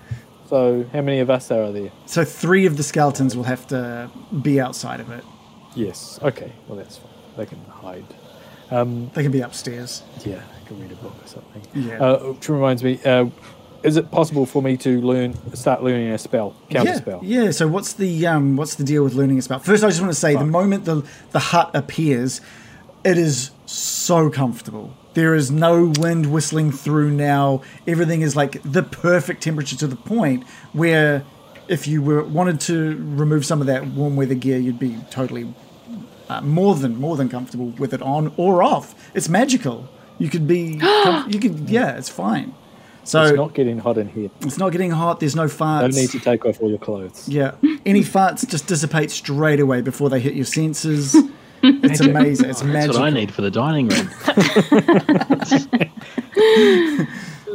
C: So how many of us are there?
B: So three of the skeletons will have to be outside of it.
C: Yes. Okay. Well, that's fine. They can hide.
B: They can be upstairs.
C: Yeah, I can read a book or something.
B: Yeah.
C: Uh, which reminds me, uh, is it possible for me to learn, start learning a spell, counter
B: yeah,
C: spell?
B: Yeah. So what's the um, what's the deal with learning a spell? First, I just want to say the moment the the hut appears, it is so comfortable. There is no wind whistling through now. Everything is like the perfect temperature to the point where if you were wanted to remove some of that warm weather gear, you'd be totally uh, more than more than comfortable with it on or off. It's magical. You could be com- you could yeah, it's fine. So
C: It's not getting hot in here.
B: getting hot. There's no farts.
C: Don't need to take off all your clothes.
B: Yeah. Any farts just dissipate straight away before they hit your senses. It's amazing. It's
D: That's what I
B: magic.
D: need for the dining room.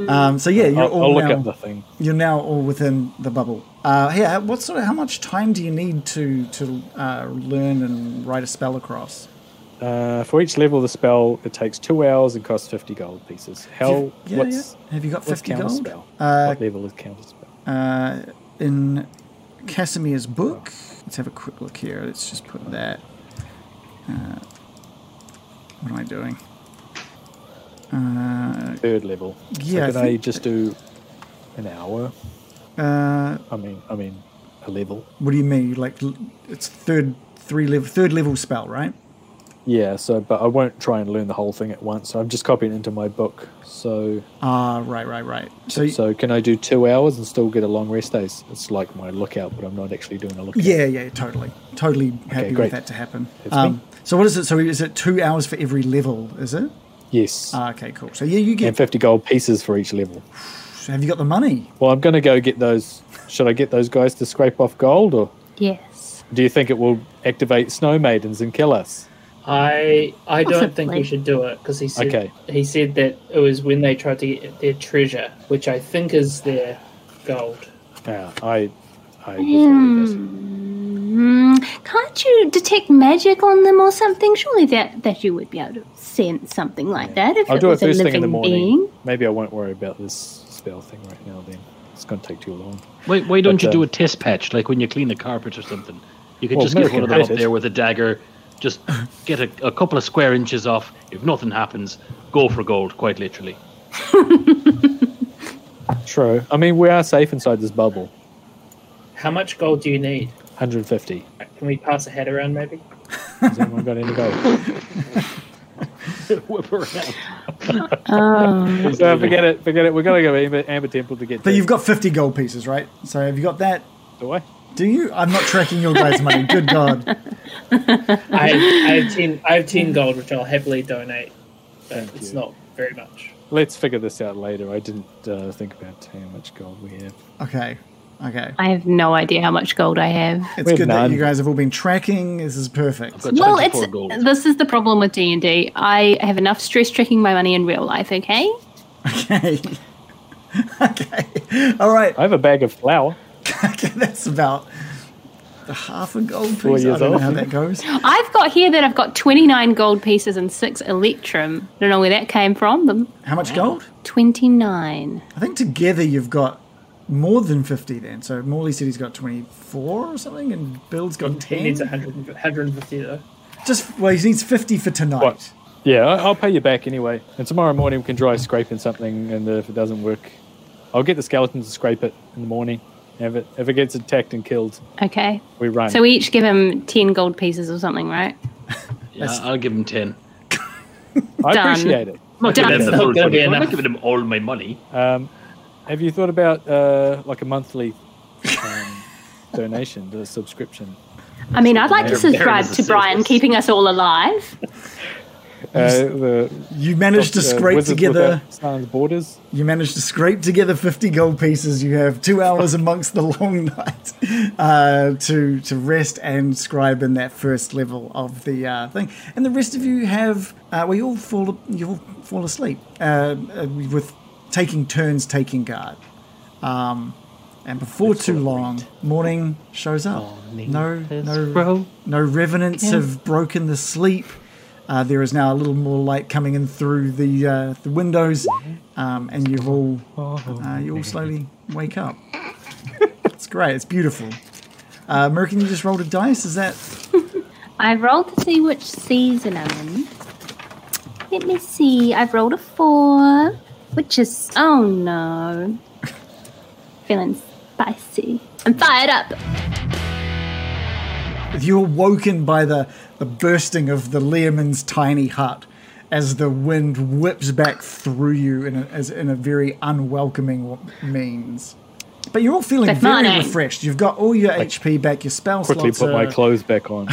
B: Um, so yeah, you're
C: I'll,
B: all
C: I'll look
B: now,
C: up the thing.
B: you're now all within the bubble. Uh, yeah. What sort of how much time do you need to to uh, learn and write a spell across?
C: Uh, for each level of the spell, it takes two hours and costs 50 gold pieces. How,
B: yeah,
C: what's,
B: yeah. Have you got
C: what's
B: 50 gold?
C: counterspell?
B: Uh,
C: what level is counter spell?
B: in Casimir's book. Let's have a quick look here. Let's just put that. Uh, what am I doing?
C: Third level. So
B: yeah, I
C: can I,
B: think-
C: just do an hour?
B: Uh,
C: I mean, I mean, a level.
B: what do you mean? Like l- it's third three level third level spell, right?
C: Yeah, so but I won't try and learn the whole thing at once. I'm just copying it into my book. So
B: Ah, right, right, right. So,
C: so can I do two hours and still get a long rest day? It's- It's like my lookout, but I'm not actually doing a lookout.
B: yeah, yeah, totally, totally happy with
C: great.
B: that to happen.
C: That's
B: Um,
C: me.
B: so what is it? So is it two hours for every level? Is it?
C: Yes.
B: Ah, okay, cool. So yeah, you
C: and
B: get.
C: 50 gold pieces for each level.
B: Have you got the money?
C: Well, I'm going to go get those. Should I get those guys to scrape off gold, or
G: Yes.
C: do you think it will activate snow maidens and kill us?
F: I I don't think we
G: Possibly.
F: should do it because he said
C: Okay.
F: he said that it was when they tried to get their treasure, which I think is their gold.
C: Yeah, Uh, I. I was worried
G: Hmm.
C: that-
G: Mm, can't you detect magic on them or something? Surely that, that you would be able to sense something like that if
C: I'll
G: it
C: do it
G: was a
C: first
G: living
C: thing in the morning.
G: being.
C: Maybe I won't worry about this spell thing right now. Then it's going to take too long.
D: Why, why don't
C: But,
D: you do
C: uh,
D: a test patch, like when you clean a carpet or something? You could
C: Well,
D: just get
C: American
D: one of them up
C: United.
D: there with a dagger, just get a, a couple of square inches off. If nothing happens, go for gold, quite literally.
C: True. I mean, we are safe inside this bubble.
F: How much gold do you need?
C: 150.
F: Can we pass a hat around, maybe?
C: Has anyone got any gold?
D: Whip around.
C: so forget it. Forget it. We're gonna go Amber, Amber Temple to get.
B: But
C: the-
B: you've got fifty gold pieces, right? So have you got that?
C: Do I?
B: Do you? I'm not tracking your guys' money. Good God.
F: I, I have ten. I have ten gold, which I'll happily donate. But it's
C: you.
F: not very much.
C: Let's figure this out later. I didn't uh, think about how much gold we have.
B: Okay. Okay.
G: I have no idea how much gold I have.
B: It's
C: have
B: good that
C: none.
B: you guys have all been tracking. This is perfect.
D: Got
G: Well,
D: 24
G: it's
D: gold.
G: this is the problem with D and D. I have enough stress tracking my money in real life. Okay,
B: Okay. okay. All right.
C: I have a bag of flour.
B: Okay, that's about the half a gold
C: Four
B: piece. I
C: years
B: don't know
C: old.
B: how that goes.
G: I've got here that I've got twenty nine gold pieces and six electrum. I don't know where that came from. The
B: How much gold?
G: twenty nine.
B: I think together you've got more than 50 then. So Morley said he's got 24 or something, and Bill's got
F: He
B: 10.
F: needs 100, 150 though.
B: Just, well, he needs 50 for tonight.
C: What? Yeah, I- I'll pay you back anyway. And tomorrow morning we can try scraping something. And if it doesn't work, I'll get the skeleton to scrape it in the morning. If it if it gets attacked and killed,
G: Okay,
C: we run.
G: so we each give him ten gold pieces or something, right?
D: Yeah, I'll give him 10.
C: I
G: Done.
C: appreciate it.
D: I'm not,
G: Done.
D: giving him, the
F: That's
D: full
F: not gonna be
D: 20. I'm not
F: enough.
D: giving him all my money.
C: Um, have you thought about uh, like a monthly um, donation, the subscription?
G: I mean, I'd like to
D: There- there
G: subscribe
D: is a
G: to Brian
D: service.
G: keeping us all alive.
C: Uh, the
B: You managed to
C: uh,
B: scrape
C: Wizards
B: together.
C: Without Sound Borders.
B: You managed to scrape together fifty gold pieces. You have two hours amongst the long night uh, to to rest and scribe in that first level of the uh, thing. And the rest of you have uh, well, you all fall you all fall asleep uh, uh, with taking turns taking guard. Um, and before too long, morning shows up. no, no, no revenants have broken the sleep. Uh, there is now a little more light coming in through the uh, the windows, um, and you all uh, you all slowly wake up. it's great. It's beautiful. Uh, American, you just rolled a dice. Is that
G: I rolled to see which season I'm in. Let me see. I've rolled a four, which is oh no, feeling spicy. I'm fired up.
B: You're woken by the, the bursting of the Learman's tiny hut as the wind whips back through you in a, as, in a very unwelcoming w- means. But you're all feeling
G: Good
B: very
G: morning.
B: refreshed. You've got all your HP back, your spell
C: Quickly
B: slots.
C: put my
B: are-
C: clothes back on.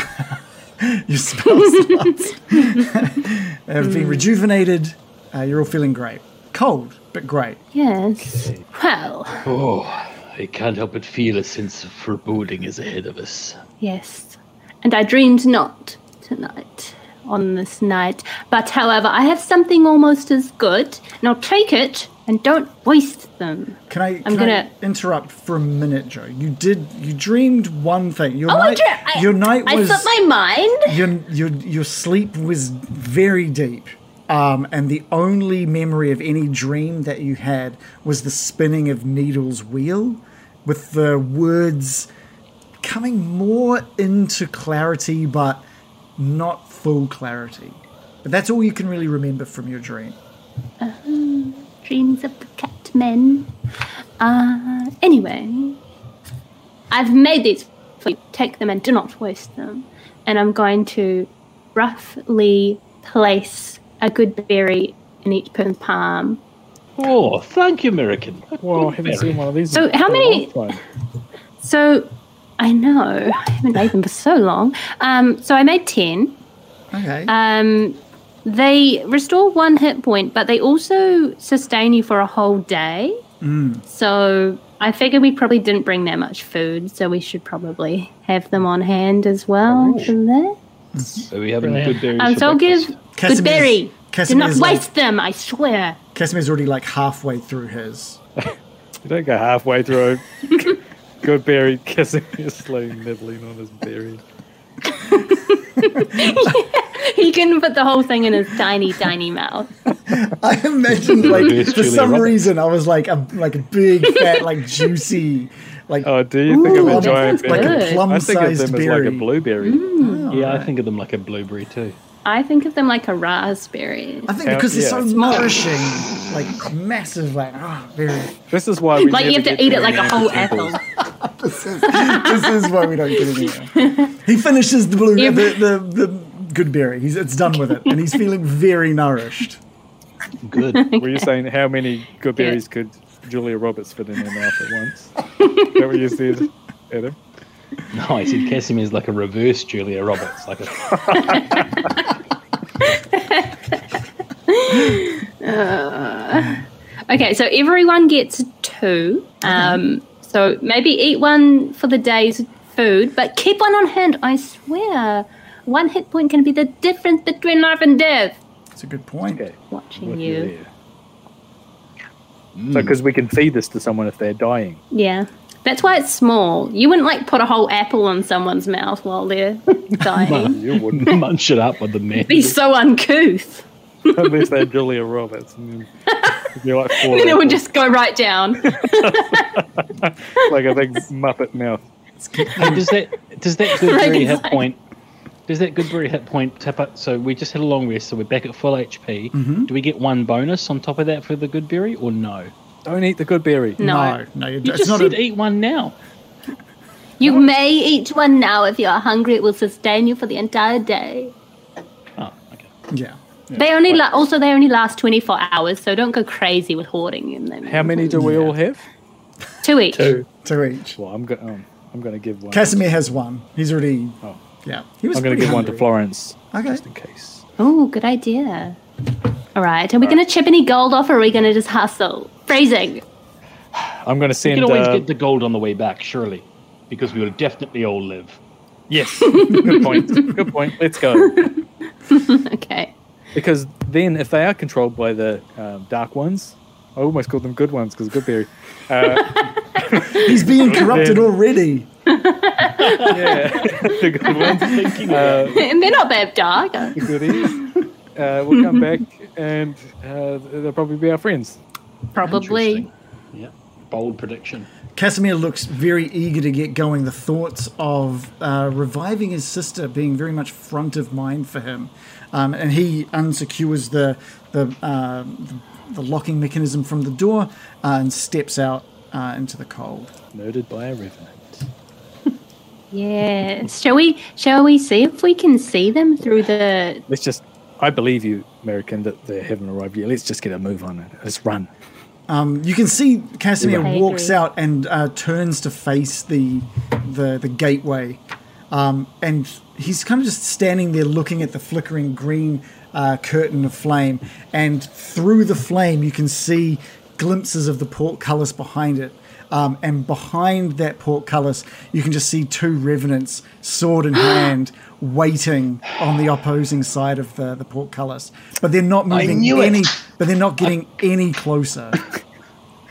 B: your spell slots have
G: Hmm.
B: been rejuvenated. Uh, you're all feeling great. Cold, but great.
G: Yes. Well,
D: Oh, I can't help but feel a sense of foreboding is ahead of us.
G: Yes, and I dreamed not tonight, on this night. But however, I have something almost as good, and I'll take it and don't waste them.
B: Can I, can
G: gonna-
B: I interrupt for a minute, Joe? You did. You dreamed one thing. Your
G: Oh, I,
B: night,
G: dre- I,
B: your night
G: I
B: was.
G: slipped my mind.
B: your your your sleep was very deep, um, and the only memory of any dream that you had was the spinning of Needle's wheel, with the words coming more into clarity, but not full clarity. But that's all you can really remember from your dream.
G: Dreams of the cat men. Uh, anyway, I've made these for you. Take them and do not waste them. And I'm going to roughly place a good berry in each person's palm.
D: Oh, thank you, American.
C: Well, I haven't seen one of these.
G: So
C: in
G: how
C: a
G: many-
C: long time.
G: So I know I haven't made them for so long. Um, so I made ten.
B: Okay.
G: Um, they restore one hit point, but they also sustain you for a whole day. So I figure we probably didn't bring that much food, so we should probably have them on hand as well for that.
D: Are we having good berries?
G: Um,
D: for
G: so I'll give
D: breakfast?
B: Casimir's-
G: good berry. Do not
B: Casimir's like-
G: waste them, I swear.
B: Casimir's already like halfway through his.
C: You don't go halfway through. Good berry kissing is slowly nibbling on his berry.
G: He can put the whole thing in his tiny, tiny mouth.
B: I imagine like
D: It's
B: for
D: Julia
B: some
D: Roberts.
B: reason I was like a like a big fat like juicy like
C: Oh, do you think
G: Ooh,
C: I'm
G: that
C: enjoying
G: sounds
C: berry?
G: good.
B: like a plum
C: I think of
B: sized
C: them as
B: berry.
C: like a blueberry.
D: Yeah, I think of them like a blueberry too.
G: I think of them like a raspberry.
B: I think
C: Count-
B: because they're so
C: yeah.
B: nourishing, like massive, like ah, very.
C: This is why we
G: Like you have
C: never
G: to
C: get
G: eat
C: the
G: it like a
C: American
G: whole
C: people.
G: apple.
B: This is, this is why we don't get anywhere. He finishes the blue,
G: Yeah.
B: the, the the good berry. He's it's done with it, and he's feeling very nourished.
D: Good.
C: Were you saying how many good
G: Yeah.
C: berries could Julia Roberts fit in her mouth at once? Is that what you said, Adam?
D: no, I said Casimir is like a reverse Julia Roberts, like a
G: Okay, so everyone gets two. Um, so maybe eat one for the day's food, but keep one on hand. I swear, one hit point can be the difference between life and death.
B: It's a good point.
C: Okay.
G: Watching you,
C: Because we can feed this to someone if they're dying.
G: yeah. That's why it's small. You wouldn't like put a whole apple on someone's mouth while they're dying.
C: You wouldn't,
D: munch it up with the man.
G: be so uncouth.
C: unless they're Julia Roberts. And then it'd be like four.
G: Then it would
C: apples,
G: just go right down.
C: like a big Muppet mouth.
D: Hey, does that does that good
G: Like
D: berry
G: it's
D: hit
G: like-
D: point? Does that good berry hit point tap up? So we just had a long rest, so we're back at full HP. Do we get one bonus on top of that for the good berry, or no?
C: Don't eat the good berry.
G: No,
B: No, no, you
D: You
B: it's
D: just
B: not.
D: said
B: A,
D: eat one now.
G: you may eat one now if you are hungry. It will sustain you for the entire day.
D: Oh, okay.
B: yeah,
G: They only la- also they only last twenty four hours, so don't go crazy with hoarding in them.
C: How many do we all have?
G: Two each.
F: Two.
B: two each.
C: Well, I'm go- um, I'm going to give one.
B: Casimir has one. He's already.
C: Oh.
B: Yeah, he was.
C: I'm going to
B: pretty
C: give one to
B: hungry.
C: Florence
B: Okay.
C: in case.
G: Oh, good idea. All right. Are we going to chip any gold off or are we going to just hustle? Phrasing.
C: I'm going to
H: You
C: send.
H: can always
C: uh,
H: get the gold on the way back, surely, because we will definitely all live.
C: yes. Good point. Good point. Let's go.
G: Okay.
C: Because then, if they are controlled by the um, dark ones, I almost called them good ones because Goodberry.
B: He's being corrupted already.
C: Yeah, the good ones. Uh,
G: And They're not that dark.
C: the goodies. Uh, we'll come back and uh, they'll probably be our friends.
G: Probably.
H: Interesting. Yeah. Bold prediction.
B: Casimir looks very eager to get going. The thoughts of uh, reviving his sister being very much front of mind for him, um, and he unsecures the the, uh, the the locking mechanism from the door uh, and steps out uh, into the cold.
C: Murdered by a revenant.
G: Yes. Shall we? Shall we see if we can see them through the?
C: Let's just. I believe you, American, that they haven't arrived yet. Let's just get a move on it. Let's run.
B: You can see Casimir
G: I
B: walks
G: agree.
B: out and uh, turns to face the the, the gateway, um, and he's kind of just standing there looking at the flickering green uh, curtain of flame. And through the flame, you can see glimpses of the portcullis behind it. Um, and behind that portcullis, you can just see two revenants, sword in hand, waiting on the opposing side of the, the portcullis. But they're not moving
D: knew it.
B: any. But they're not getting any closer.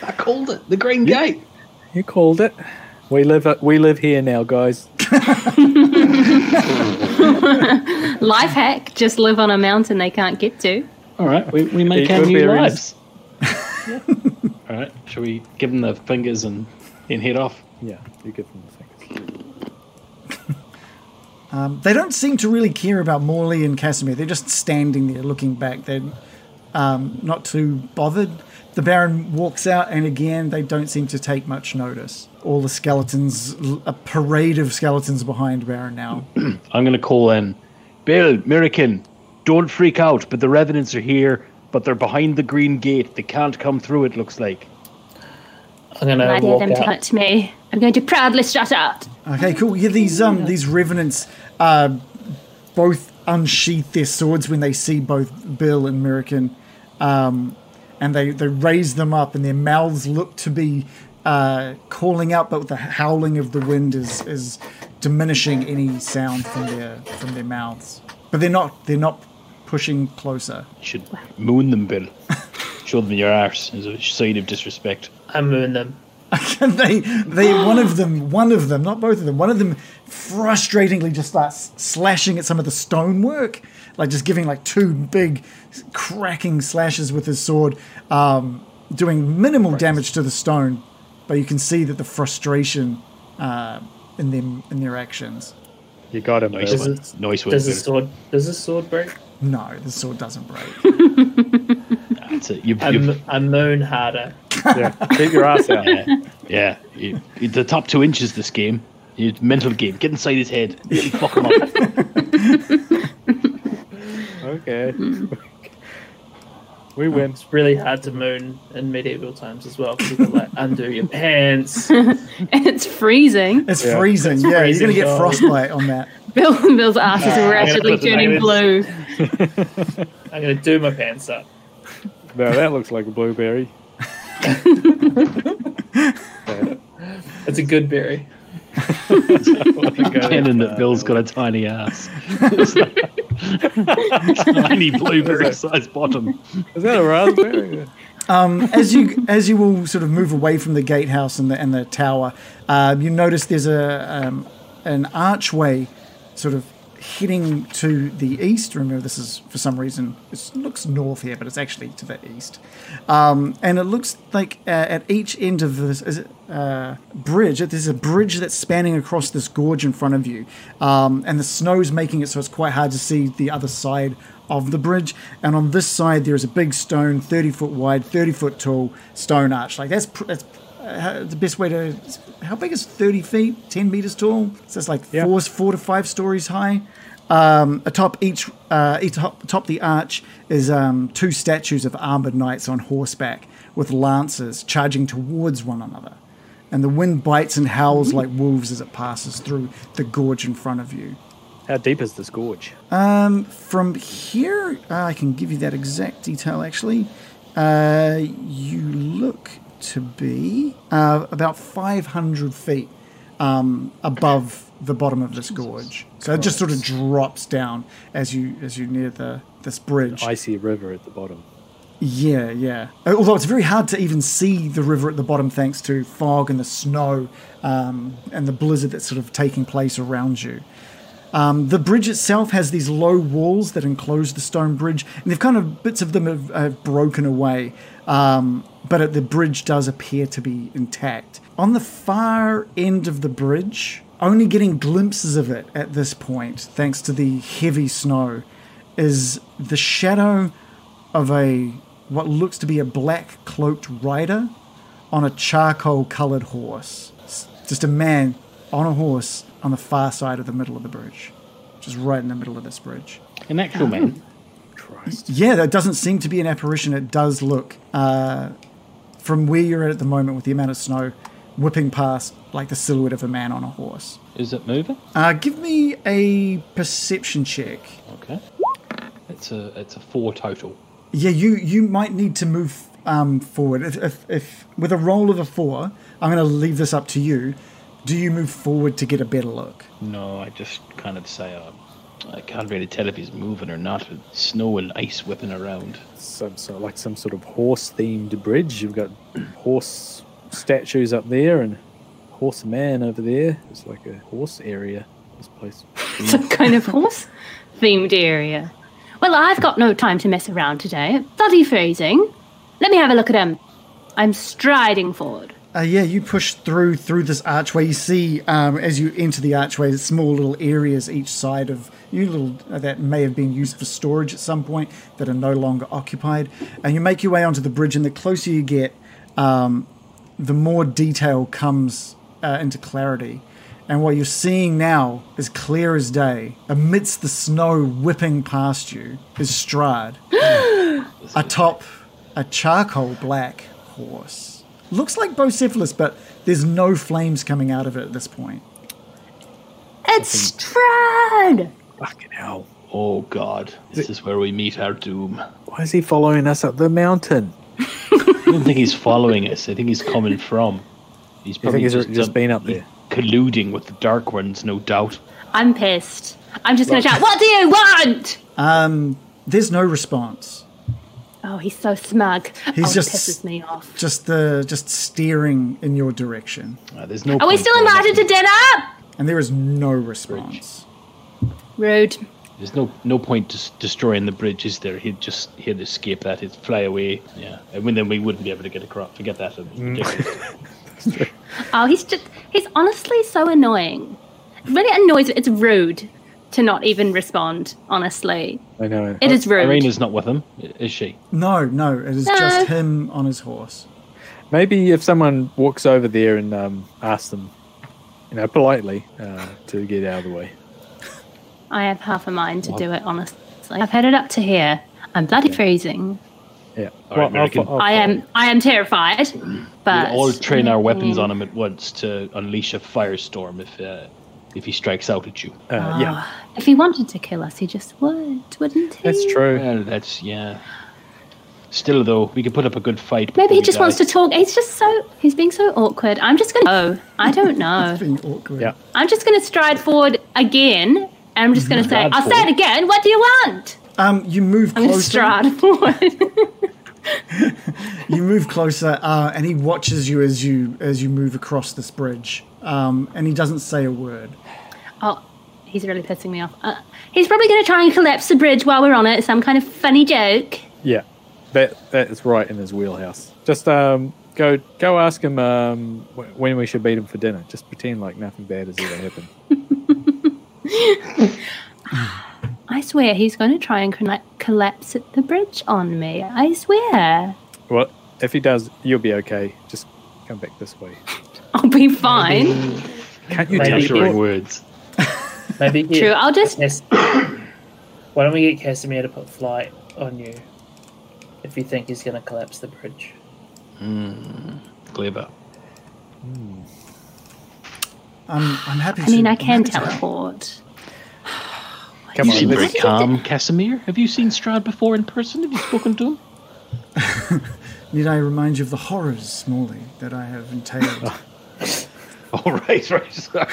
D: I called it the Green Gate.
C: You called it. We live. uh, We live here now, guys.
G: Life hack: just live on a mountain they can't get to.
H: All right, we, we
C: Eat
H: make our
C: good
H: new
C: berries.
H: lives. All right, shall we give them the fingers and, and head off?
C: Yeah, you give them the things.
B: They don't seem to really care about Morley and Casimir. They're just standing there looking back. They're um, not too bothered. The Baron walks out, and again, they don't seem to take much notice. All the skeletons, a parade of skeletons behind Baron now.
H: I'm going to call in Bill, Mirakin, don't freak out, but the revenants are here, but they're behind the green gate. They can't come through, it looks like.
F: I'm gonna
G: I dare
F: walk
G: them to
F: out.
G: touch me. I'm going to proudly strut out.
B: Okay, cool. Yeah, these um these revenants uh, both unsheath their swords when they see both Bill and Mirakin, um, and they they raise them up, and their mouths look to be uh, calling out, but the howling of the wind is is diminishing any sound from their from their mouths. But they're not they're not pushing closer.
H: You should moon them, Bill. Show them your arse as a sign of disrespect.
F: I'm moving them.
B: And they they one of them one of them not both of them one of them frustratingly just starts slashing at some of the stonework like just giving like two big cracking slashes with his sword um, doing minimal damage to the stone but you can see that the frustration uh, in them in their actions
C: You got him.
H: Nice
C: Merlin.
H: one.
F: it-
H: Nice one,
F: Does the
H: Bill.
F: sword? Does the sword break?
B: no the sword doesn't break
H: That's it. You've,
F: I'm,
H: you've,
F: I moan harder.
C: Yeah. Keep your ass out.
H: yeah, you, you- the top two inches this game. You, mental game. Get inside his head. Fuck him up.
C: Okay. we win.
F: It's really hard to moon in medieval times as well. People like undo your pants.
G: It's freezing.
B: it's
C: Yeah.
B: freezing yeah you're
F: freezing,
B: gonna get
F: dog.
B: frostbite on that
G: Bill Bill's ass is rapidly
F: put the
G: turning
F: name in.
G: blue.
F: I'm gonna do my pants up.
C: No, that looks like a blueberry.
F: It's a good berry.
H: pretending that Bill's got a tiny ass. tiny blueberry sized bottom.
C: Is that a raspberry?
B: as you as you will sort of move away from the gatehouse and the and the tower, um, you notice there's a um, an archway, sort of heading to the east. Remember, this is for some reason it looks north here, but it's actually to the east. Um, and it looks like uh, at each end of this is it, uh, bridge, there's a bridge that's spanning across this gorge in front of you, um, and the snow's making it so it's quite hard to see the other side of the bridge. And on this side, there is a big stone, 30 foot wide, 30 foot tall stone arch. Like that's pr- that's uh, the best way to. How big is 30 feet? 10 meters tall? So it's like
C: Yeah.
B: four, four to five stories high. Um, atop each, uh, atop, atop the arch is um, two statues of armored knights on horseback with lances charging towards one another. And the wind bites and howls like wolves as it passes through the gorge in front of you.
C: How deep is this gorge?
B: Um, from here, uh, I can give you that exact detail actually. Uh, you look to be uh, about 500 feet um, above the bottom of this gorge. So it just sort of drops down as you as you near the this bridge.
C: Icy river at the bottom.
B: Yeah, yeah. Uh, Although it's very hard to even see the river at the bottom thanks to fog and the snow um, and the blizzard that's sort of taking place around you. Um, the bridge itself has these low walls that enclose the stone bridge, and they've kind of bits of them have, have broken away. Um, but it, the bridge does appear to be intact. On the far end of the bridge, only getting glimpses of it at this point, thanks to the heavy snow, is the shadow of a what looks to be a black cloaked rider on a charcoal coloured horse. It's just a man on a horse on the far side of the middle of the bridge, just right in the middle of this bridge.
H: An actual man.
B: Yeah, that doesn't seem to be an apparition. It does look, uh, from where you're at at the moment, with the amount of snow whipping past, like the silhouette of a man on a horse.
H: Is it moving?
B: Uh, give me a perception check.
H: Okay.
D: It's a it's a four total.
B: Yeah, you you might need to move um, forward. If, if, if with a roll of a four, I'm going to leave this up to you. Do you move forward to get a better look?
D: No, I just kind of say uh, I can't really tell if he's moving or not with snow and ice whipping around.
C: Some sort like some sort of horse-themed bridge. You've got horse statues up there and horse man over there. It's like a horse area. This place.
G: Some kind of horse themed area. Well, I've got no time to mess around today. Bloody freezing. Let me have a look at him. I'm striding forward.
B: Uh, yeah, you push through through this archway. You see, um, as you enter the archway, small little areas each side of you, little uh, that may have been used for storage at some point that are no longer occupied. And you make your way onto the bridge, and the closer you get, um, the more detail comes uh, into clarity. And what you're seeing now is clear as day, amidst the snow whipping past you, is Strad atop a charcoal black horse. Looks like Bocephalus, but there's no flames coming out of it at this point.
G: It's Strad!
C: Fucking hell!
D: Oh God, this is where we meet our doom. I
C: Why is he following us up the mountain?
D: don't think he's following us. I think he's coming from. He's
C: I
D: probably
C: think he's
D: just,
C: just,
D: done-
C: been up there.
D: colluding with the dark ones, no doubt.
G: I'm pissed. I'm just going to shout, What do you want?
B: There's no response.
G: Oh, he's so smug. oh,
B: He's
G: he
B: just-
G: pisses me off.
B: Just the just staring in your direction,
D: Uh, there's no.
G: Are we
D: point
G: still
D: going up
G: invited to
D: and-
G: dinner?
B: and there is no response.
G: Rude.
D: There's no no point to s- destroying the bridge, is there? He'd just he'd escape that. He'd fly away. Yeah, and when- then we wouldn't be able to get across. Forget that. It'd be ridiculous.
G: Oh, he's just, he's honestly so annoying. It really annoys It's rude to not even respond, honestly.
C: I know.
G: It is rude.
D: Irina's not with him, i- is she?
B: No, no, it is
G: No.
B: just him on his horse.
C: Maybe if someone walks over there and um, asks them, you know, politely uh, to get out of the way.
G: I have half a mind to do it, honestly. I've had it up to here. I'm bloody freezing.
C: Yeah.
D: All right, American.
C: I'll fo- I'll
G: I
C: follow.
G: am I am terrified. But
D: We'll all train our weapons
G: Mm-hmm.
D: on him at once to unleash a firestorm if uh, if he strikes out at you.
C: Uh, yeah,
G: If he wanted to kill us, he just would, wouldn't he?
C: that's true.
D: Well, Uh, that's yeah. Still though, we could put up a good fight.
G: Maybe
D: before
G: he
D: we
G: just wants
D: die.
G: to talk. He's just so he's being so awkward. I'm just gonna Oh, I don't know.
B: Being awkward.
C: Yeah.
G: I'm just gonna stride forward again and I'm just gonna say,
D: Stride
G: I'll say it
D: forward.
G: again, what do you want?
B: Um, you move
G: I'm gonna
B: closer.
G: stride forward.
B: You move closer, uh, and he watches you as you as you move across this bridge. Um, and he doesn't say a word.
G: oh he's really pissing me off. Uh, he's probably gonna try and collapse the bridge while we're on it, some kind of funny joke.
C: Yeah, that that is right in his wheelhouse. Just um, go go ask him um, wh- when we should beat him for dinner. Just pretend like nothing bad has ever happened.
G: I swear he's going to try and colla- collapse the bridge on me. I swear.
C: Well, if he does, you'll be okay. Just come back this way.
G: I'll be fine.
C: Can't you
F: Maybe
C: tell?
F: people-
D: Measuring words.
F: Maybe get
G: True. I'll just.
F: Cas- Why don't we get Casimir to put flight on you if you think he's going to collapse the bridge?
D: Clever.
B: I'm, I'm happy.
G: I mean,
B: to,
G: I
B: Um, I'm
G: can
B: happy to-
G: teleport.
C: Come
H: You
C: on,
H: seem
C: let's-
H: very
G: think
H: calm, Casimir. Have you seen Strad before in person? Have you spoken to him?
B: Need I remind you of the horrors, Smalley, that I have entailed?
H: All right, right. Sorry.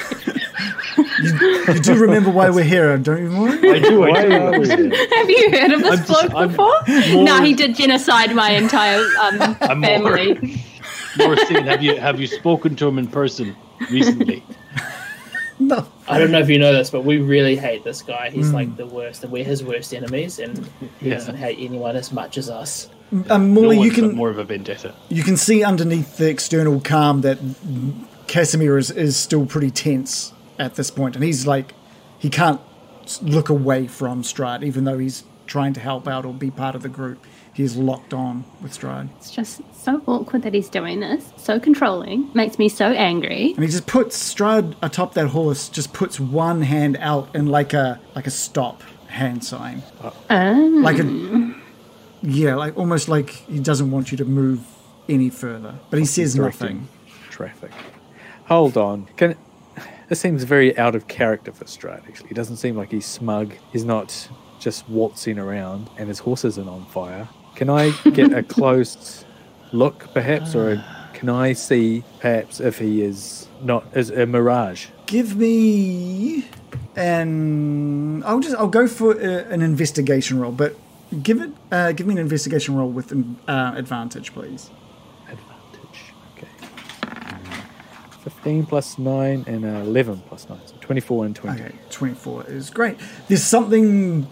B: you do remember why we're here, don't you, Maury?
H: I do. I
C: why
H: do.
C: are we here?
G: Have you heard of this bloke before? No, he did genocide my entire um,
H: more-
G: family.
H: More saying, have you have you spoken to him in person recently?
B: No.
F: I don't know if you know this, but we really hate this guy. He's like the worst, and we're his worst enemies, and he doesn't hate anyone as much as us.
B: Um, Morley,
H: no
B: you
H: one's got
B: can
H: more of a vendetta.
B: you can see underneath the external calm that Casimir is, is still pretty tense at this point, and he's like, he can't s- look away from Stride, even though he's trying to help out or be part of the group. He's locked on with Stride,
G: It's just so awkward that he's doing this. So controlling. Makes me so angry.
B: and he just puts Stride atop that horse, just puts one hand out in like a like a stop hand sign,
G: Um,
B: like a yeah, like almost like he doesn't want you to move any further, but he says nothing.
C: Directing Traffic. Hold on. Can this seems very out of character for Strad. Actually, he doesn't seem like he's smug. He's not just waltzing around, and his horse isn't on fire. Can I get a close look, perhaps, or
B: Ah.
C: a, can I see perhaps if he is not is a mirage?
B: Give me an. I'll just. I'll go for uh an investigation roll, but give it. Uh, give me an investigation roll with an uh, advantage, please.
C: Advantage. Okay. Fifteen plus nine and uh, eleven plus nine, so twenty-four and twenty.
B: Okay, twenty-four is great. There's something.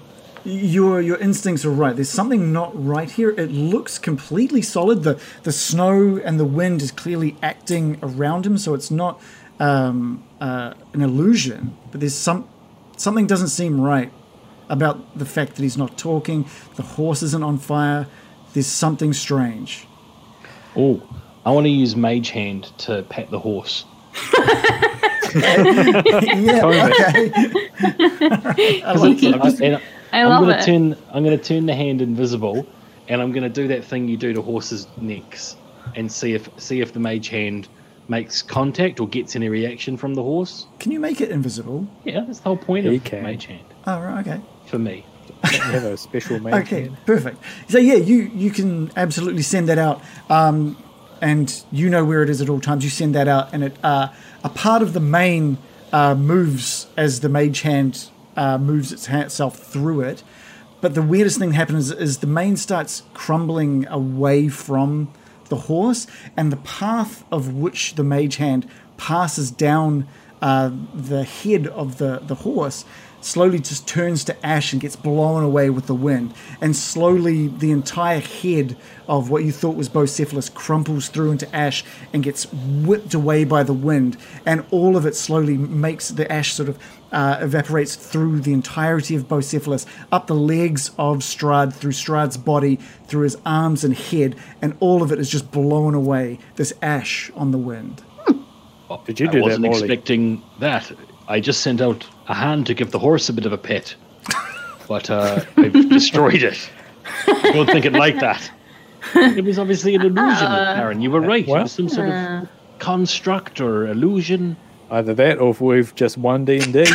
B: Your your instincts are right. There's something not right here. It looks completely solid. The the snow and the wind is clearly acting around him, so it's not um, uh, an illusion. But there's some something doesn't seem right about the fact that he's not talking. The horse isn't on fire. There's something strange.
H: Oh, I want to use Mage Hand to pet the horse.
B: Yeah. Okay. I like it.
H: I'm, and
G: I
H: I'm
G: love
H: gonna
G: it.
H: turn. I'm gonna turn the hand invisible, and I'm gonna do that thing you do to horses' necks, and see if see if the Mage Hand makes contact or gets any reaction from the horse.
B: Can you make it invisible?
H: Yeah, that's the whole point
C: He
H: of
C: can.
H: Mage Hand
B: Oh right. Okay.
H: for me.
C: You have a special man.
B: Okay, perfect. So yeah, you you can absolutely send that out, um, and you know where it is at all times. You send that out, and it uh, a part of the main uh, moves as the mage hand uh, moves its hand itself through it. But the weirdest thing happens is, is the main starts crumbling away from the horse, and the path of which the mage hand passes down uh, the head of the, the horse slowly just turns to ash and gets blown away with the wind. And slowly, the entire head of what you thought was Bocephalus crumples through into ash and gets whipped away by the wind. And all of it slowly makes the ash sort of uh, evaporates through the entirety of Bocephalus, up the legs of Strad, through Strad's body, through his arms and head. And all of it is just blown away, this ash on the wind.
C: Did you do
H: I
C: that,
H: wasn't
C: Morley?
H: expecting that. I just sent out a hand to give the horse a bit of a pet, but uh, I've destroyed it. I don't think it liked that. It was obviously an illusion,
G: Uh,
H: Aaron. You were right.
C: Well-
H: it was some sort of construct or illusion.
C: Either that, or if we've just won D and D.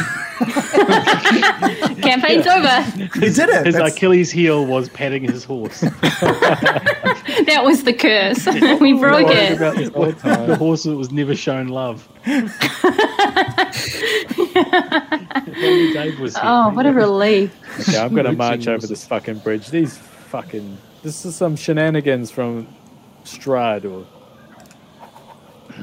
G: campaign's over.
B: You did it!
H: His
B: That's-
H: Achilles heel was petting his horse.
G: That was the curse. we broke it.
H: the horse that was never shown love. Only Dave was here.
G: Oh, what a relief.
C: Okay, I'm gonna
H: Looks
C: march
H: like
C: over
H: it.
C: this fucking bridge. These fucking this is some shenanigans from Strad or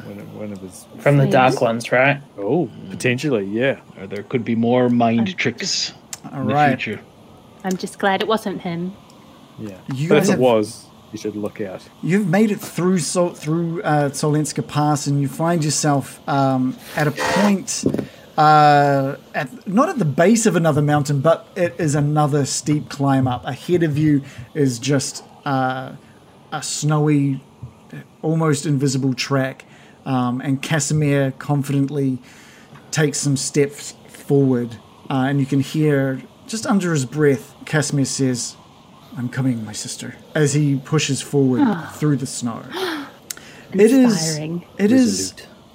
C: one of, one of his.
F: From the dark ones, right?
C: Oh,
B: Hmm.
C: potentially, yeah.
H: Or there could be more mind tricks
B: All
H: in the
B: right.
H: future.
G: I'm just glad it wasn't him.
C: Yeah.
B: You
C: but
B: guys
C: if
B: have-
C: it was, you should look out.
B: You've made it through Sol- through uh, Solenska Pass, and you find yourself um, at a point, uh, at not at the base of another mountain, but it is another steep climb up. Ahead of you is just uh, a snowy, almost invisible track, um, and Casimir confidently takes some steps forward, uh, and you can hear just under his breath, Casimir says, I'm coming, my sister. As he pushes forward through the snow. It is.
G: Inspiring.
B: It is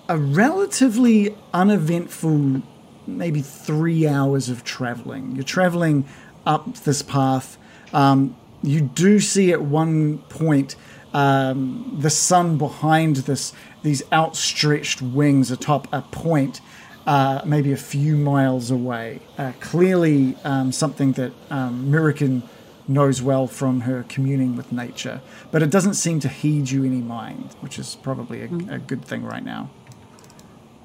B: a relatively uneventful maybe three hours of traveling. You're traveling up this path. Um, you do see at one point um, the sun behind this these outstretched wings atop a point, uh, maybe a few miles away. Uh, clearly, um, something that um, Mirican knows well from her communing with nature, but it doesn't seem to heed you any mind, which is probably a, a good thing right now.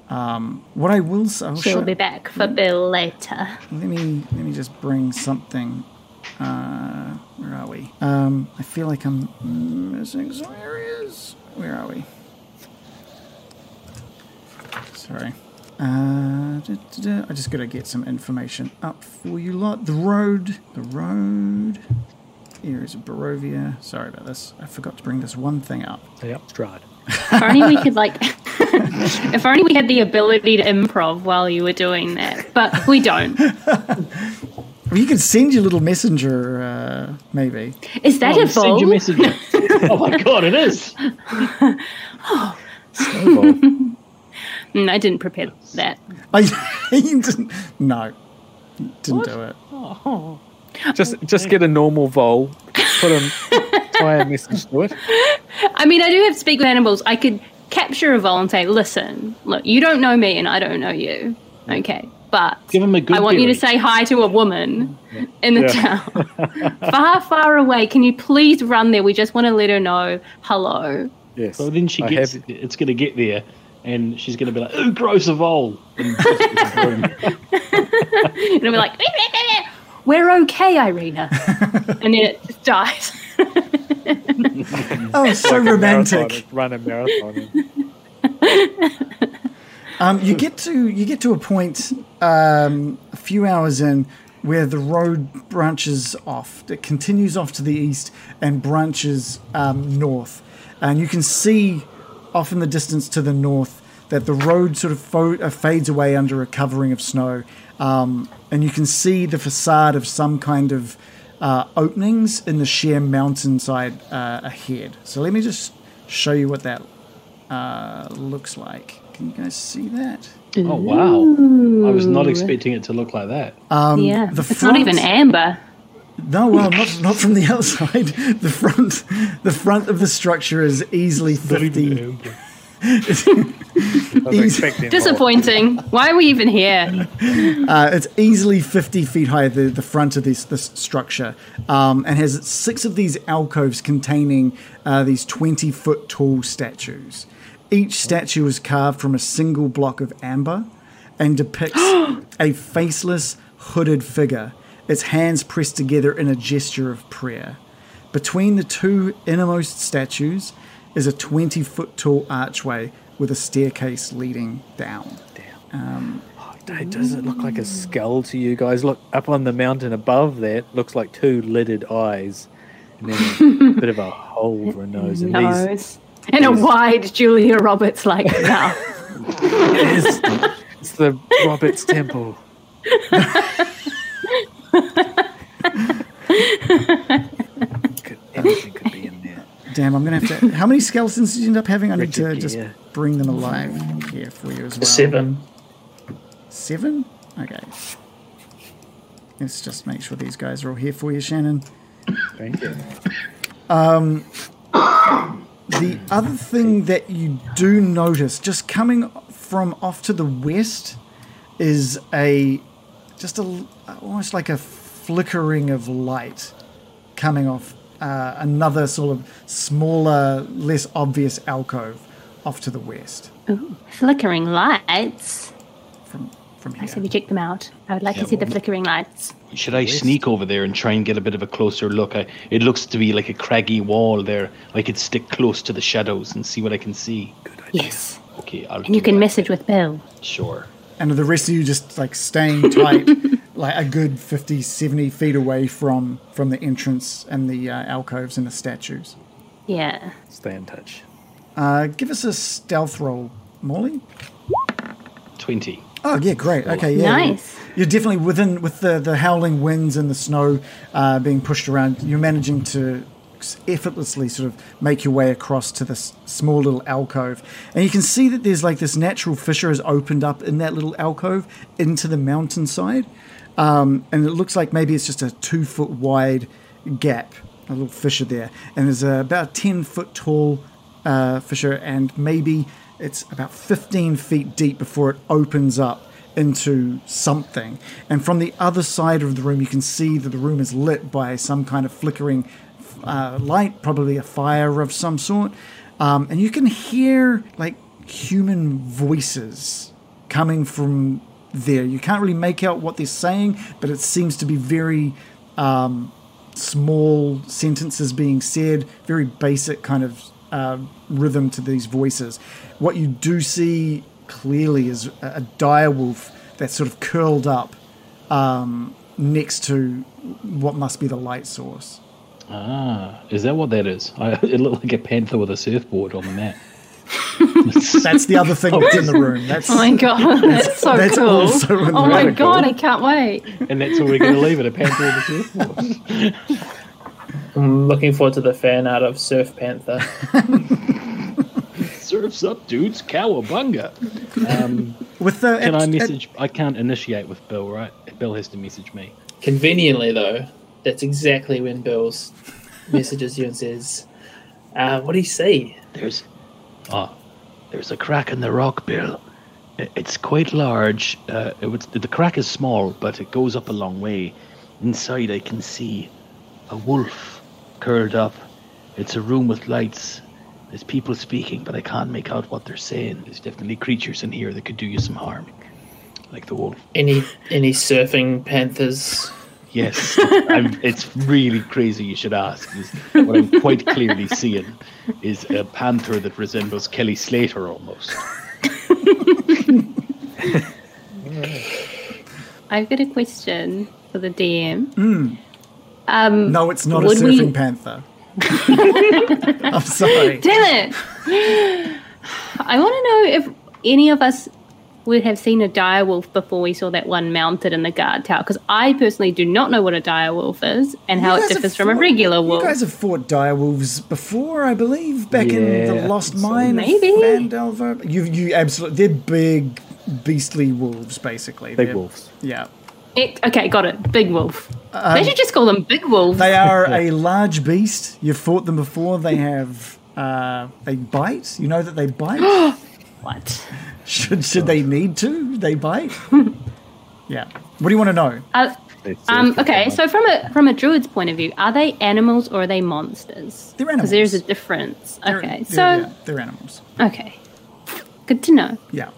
B: Um, what I will say,
G: She'll be back for Bill later.
B: let me let me just bring something. Uh, where are we? Um, I feel like I'm missing some areas. Where are we? Sorry. Uh, duh, duh, duh. I just gotta get some information up for you lot. The road, the road. Areas of Barovia. Sorry about this. I forgot to bring this one thing up.
C: Yep, Strahd.
G: If only we could like, if only we had the ability to improv while you were doing that, but we don't.
B: You could send your little messenger, uh, maybe.
G: Is that a
D: Send your
G: ball?
D: messenger. oh my god, it is.
C: Snowball.
G: Mm, I didn't prepare that.
B: I you didn't. No, didn't do it.
C: just just get a normal vole, put a tie a message to it.
G: I mean, I do have speak with animals. I could capture a vole and say, "Listen, look, you don't know me, and I don't know you. Okay, but
D: Give him a good
G: I want you to
D: berate.
G: say hi to a woman in the
C: Yeah.
G: town, far, far away. Can you please run there? We just want to let her know hello."
C: Yes.
D: So then she
C: I
D: gets.
C: have-
D: It's going to get there, and she's going to be like, "Ooh, gross of all." And just leave the room.
G: And I'll be like, "Beep, beep, beep, beep. "We're okay, Irina," and then it just dies.
B: Oh, so romantic.
C: Run a marathon. and-
B: Um, you get to you get to a point um, a few hours in where the road branches off. It continues off to the east and branches um, north, and you can see off in the distance to the north that the road sort of fo- uh, fades away under a covering of snow, um, and you can see the facade of some kind of uh, openings in the sheer mountainside uh, ahead. So let me just show you what that uh, looks like. Can you guys see that?
D: Oh wow! I was not expecting it to look like that.
G: yeah,
B: the
G: it's
B: front-
G: not even amber.
B: No, well, not not from the outside. The front, the front of the structure is easily fifty.
C: I was expecting
G: Disappointing. Why are we even here?
B: Uh, it's easily fifty feet high. The the front of this this structure, um, and has six of these alcoves containing uh, these twenty foot tall statues. Each statue is carved from a single block of amber, and depicts a faceless hooded figure. Its hands pressed together in a gesture of prayer. Between the two innermost statues is a 20 foot tall archway with a staircase leading down.
C: Hey, does it look like a skull to you guys? Look up on the mountain above that looks like two lidded eyes, and then a bit of a hole for a nose. And these
G: Nose. And a wide Julia Roberts like mouth.
C: it's, it's the Robert's Temple. Could- anything could be in there.
B: Damn, I'm going to have to. How many skeletons did you end up having? I need to
C: Richard,
B: just
C: yeah.
B: bring them alive here for you as well.
F: Seven.
B: Seven? Okay. Let's just make sure these guys are all here for you, Shannon. Um,
C: Thank you.
B: The other thing that you do notice, just coming from off to the west, is a just a almost like a flickering of light coming off uh, another sort of smaller, less obvious alcove off to the west
G: Flickering lights.
B: from from
G: I say we
B: here.
G: check them out. I would like to see the flickering lights.
D: Should I sneak over there and try and get a bit of a closer look? I, it looks to be like a craggy wall there. I could stick close to the shadows and see what I can see.
G: Yes.
D: Okay, I'll.
G: And you
D: do
G: can
D: that.
G: message with Bill.
D: Sure.
B: And the rest of you just like staying tight, like a good 50, 70 feet away from from the entrance and the uh, alcoves and the statues.
G: Yeah.
C: Stay in touch.
B: Uh, give us a stealth roll, Molly.
D: Twenty.
B: Oh yeah, great. Okay, yeah.
G: Nice.
B: You're definitely within with the the howling winds and the snow uh, being pushed around. You're managing to s- effortlessly sort of make your way across to this small little alcove. And you can see that there's like this natural fissure has opened up in that little alcove into the mountainside. Um, and it looks like maybe it's just a two foot wide gap, a little fissure there. And there's a, about a 10 foot tall uh, fissure, and maybe it's about 15 feet deep before it opens up into something. And from the other side of the room, you can see that the room is lit by some kind of flickering uh, light, probably a fire of some sort. Um, and you can hear like human voices coming from there. You can't really make out what they're saying, but it seems to be very small sentences being said, very basic kind of uh, rhythm to these voices. What you do see clearly is a, a dire wolf that's sort of curled up um, next to what must be the light source.
H: Ah, is that what that is? I, it looked like a panther with a surfboard on the mat.
B: That's the other thing that's in the room. That's
G: Oh my god, that's so
B: that's
G: cool!
B: also in the
G: oh my
H: article.
G: god, I can't wait.
H: And that's where we're going to leave it a panther with a surfboard.
F: I'm looking forward to the fan art of Surf Panther.
H: Surfs up, dudes. Cowabunga.
B: with the it-
H: Can I
B: it-
H: message? I can't initiate with Bill, right? Bill has to message me.
F: Conveniently, though, that's exactly when Bills messages you and says, uh, "What do you see?"
D: There's, ah, there's a crack in the rock, Bill. I- It's quite large. Uh, it would, the crack is small, but it goes up a long way. Inside, I can see a wolf curled up. It's a room with lights. There's people speaking, but I can't make out what they're saying. There's definitely creatures in here that could do you some harm, like the wolf.
F: Any any surfing panthers?
D: Yes, I'm, it's really crazy. You should ask. Is what I'm quite clearly seeing is a panther that resembles Kelly Slater almost.
G: I've got a question for the DM.
B: no, it's not a
G: Would we-
B: surfing panther. I'm sorry.
G: Damn it! I want to know if any of us would have seen a dire wolf before we saw that one mounted in the guard tower, because I personally do not know what a dire wolf is and how
B: You
G: it
B: guys have
G: differs from a
B: fought-
G: regular wolf.
B: You guys have fought direwolves before, I believe, back in
C: Yeah,
B: the
C: I
B: Lost
C: think so.
B: Mine. of
G: Maybe.
B: Vandalver. You, you absolutely. They're big, beastly wolves, basically.
C: Big
B: They're-
C: wolves.
B: Yeah.
G: It- okay, got it. Big wolf. they should just call them big wolves.
B: Um, They are a large beast. You've fought them before. They have. Uh, they bite. You know that they bite.
G: what?
B: should should they need to, they bite. yeah. What do you want to know?
G: Uh, um, okay, so from a from a druid's point of view, are they animals or are they monsters?
B: They're
G: Because there's a
B: animals.
G: difference.
B: They're-
G: okay,
B: they're- yeah,
G: so
B: they're animals.
G: okay, good to know.
B: Yeah.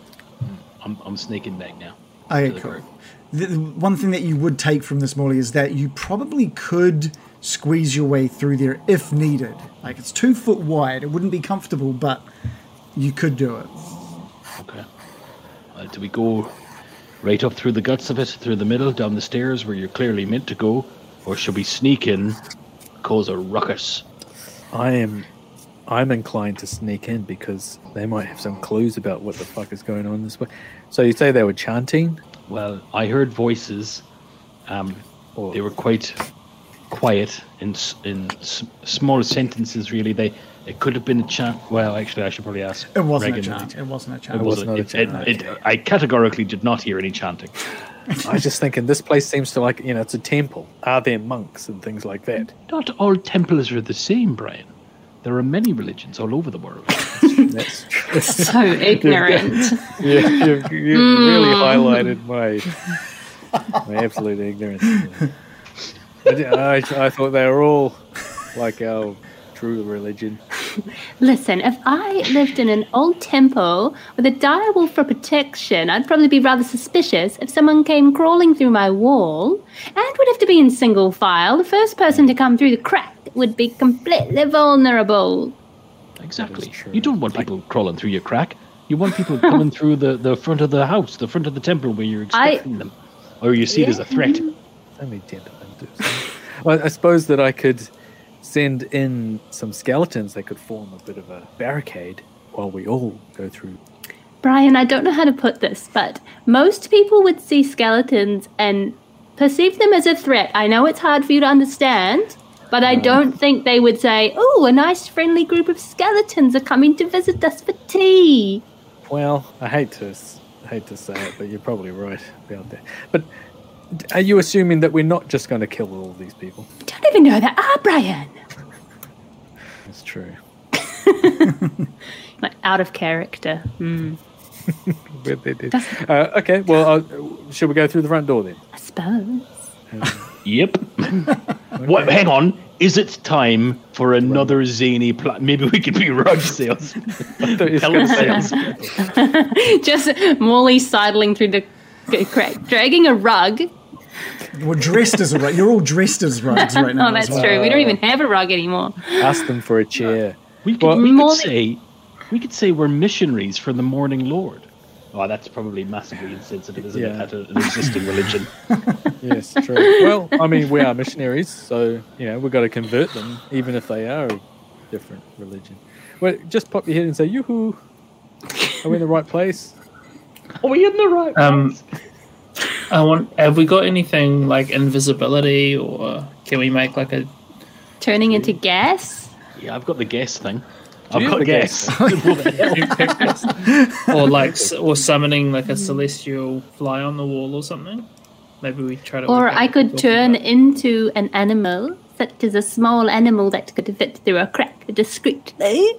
H: I'm, I'm sneaking back now.
B: Okay, cool. The, the one thing that you would take from this, Morley, is that you probably could squeeze your way through there if needed. Like it's two foot wide, it wouldn't be comfortable, but you could do it.
D: Okay. Uh, do we go right up through the guts of it, through the middle, down the stairs where you're clearly meant to go, or should we sneak in, cause a ruckus?
C: I am. I'm inclined to sneak in because they might have some clues about what the fuck is going on this way. So you say they were chanting?
D: Well, I heard voices. Um,
C: Or
D: they were quite quiet in s- in s- small sentences. Really, they it could have been a chant. Well, actually, I should probably ask.
B: It wasn't
D: Regan.
B: a chance. It wasn't a chance.
D: It wasn't.
C: not a
D: It, it,
C: chant,
D: it, I categorically did not hear any chanting.
C: I was just thinking this place seems to like you know it's a temple. Are there monks and things like that?
D: Not all temples are the same, Brian. There are many religions all over the world.
C: That's
G: So ignorant.
C: yeah, you've, you've really highlighted my my absolute ignorance. I, di- I, I thought they were all like our true religion.
G: Listen, if I lived in an old temple with a direwolf for protection, I'd probably be rather suspicious if someone came crawling through my wall and would have to be in single file. The first person to come through the crack would be completely vulnerable.
D: Exactly.
C: true.
D: You don't want people crawling through your crack. You want people coming through the, the front of the house, the front of the temple where you're
G: I-
D: expecting them, or you see it as a threat.
C: Mm-hmm. Only temperament. Well, I suppose that I could send in some skeletons. They could form a bit of a barricade while we all go through.
G: Brian, I don't know how to put this, but most people would see skeletons and perceive them as a threat. I know it's hard for you to understand, But I don't think they would say, "Oh, a nice friendly group of skeletons are coming to visit us for tea."
C: Well, I hate to s- hate to say it, but you're probably right about that. But d- are you assuming that we're not just going to kill all these people?
G: You don't even know that are Brian.
C: That's true.
G: Like out of character. Hmm.
C: Where they did. Uh, okay, well, uh, should we go through the front door then?
G: I suppose.
D: Yep. What? Hang on. Is it time for another zany plot? Maybe we could be rug sales. Helen sales.
G: Just Morley sidling through the c- crack, dragging a rug.
B: We're dressed as a rug. You're all dressed as rugs right now.
G: Oh,
B: as
G: that's
B: well.
G: true. We don't even have a rug anymore.
C: Ask them for a chair.
D: We could,
C: Well-
D: we
G: More
D: could
G: than-
D: say we could say we're missionaries for the Morning Lord. Oh, that's probably massively insensitive, isn't
C: Yeah.
D: it? At a- an existing religion.
C: Yes, true. well, I mean, we are missionaries, so you know we've got to convert them, even if they are a different religion. Well, just pop your head and say, "Yoo-hoo! Are we in the right place?"
D: Are we in the right?
F: Um,
D: place?
F: I want. Have we got anything like invisibility, or can we make like a?
G: Turning into gas.
D: Yeah, I've got the guess thing.
C: you
D: I've
C: have
D: got
C: the
D: a
C: guess
D: guess.
F: or like s- or summoning like a celestial fly on the wall or something. Maybe we try to.
G: Or
F: work out
G: I
F: what we're
G: could
F: talking
G: turn
F: about.
G: into an animal, such as a small animal that could fit through a crack discreetly.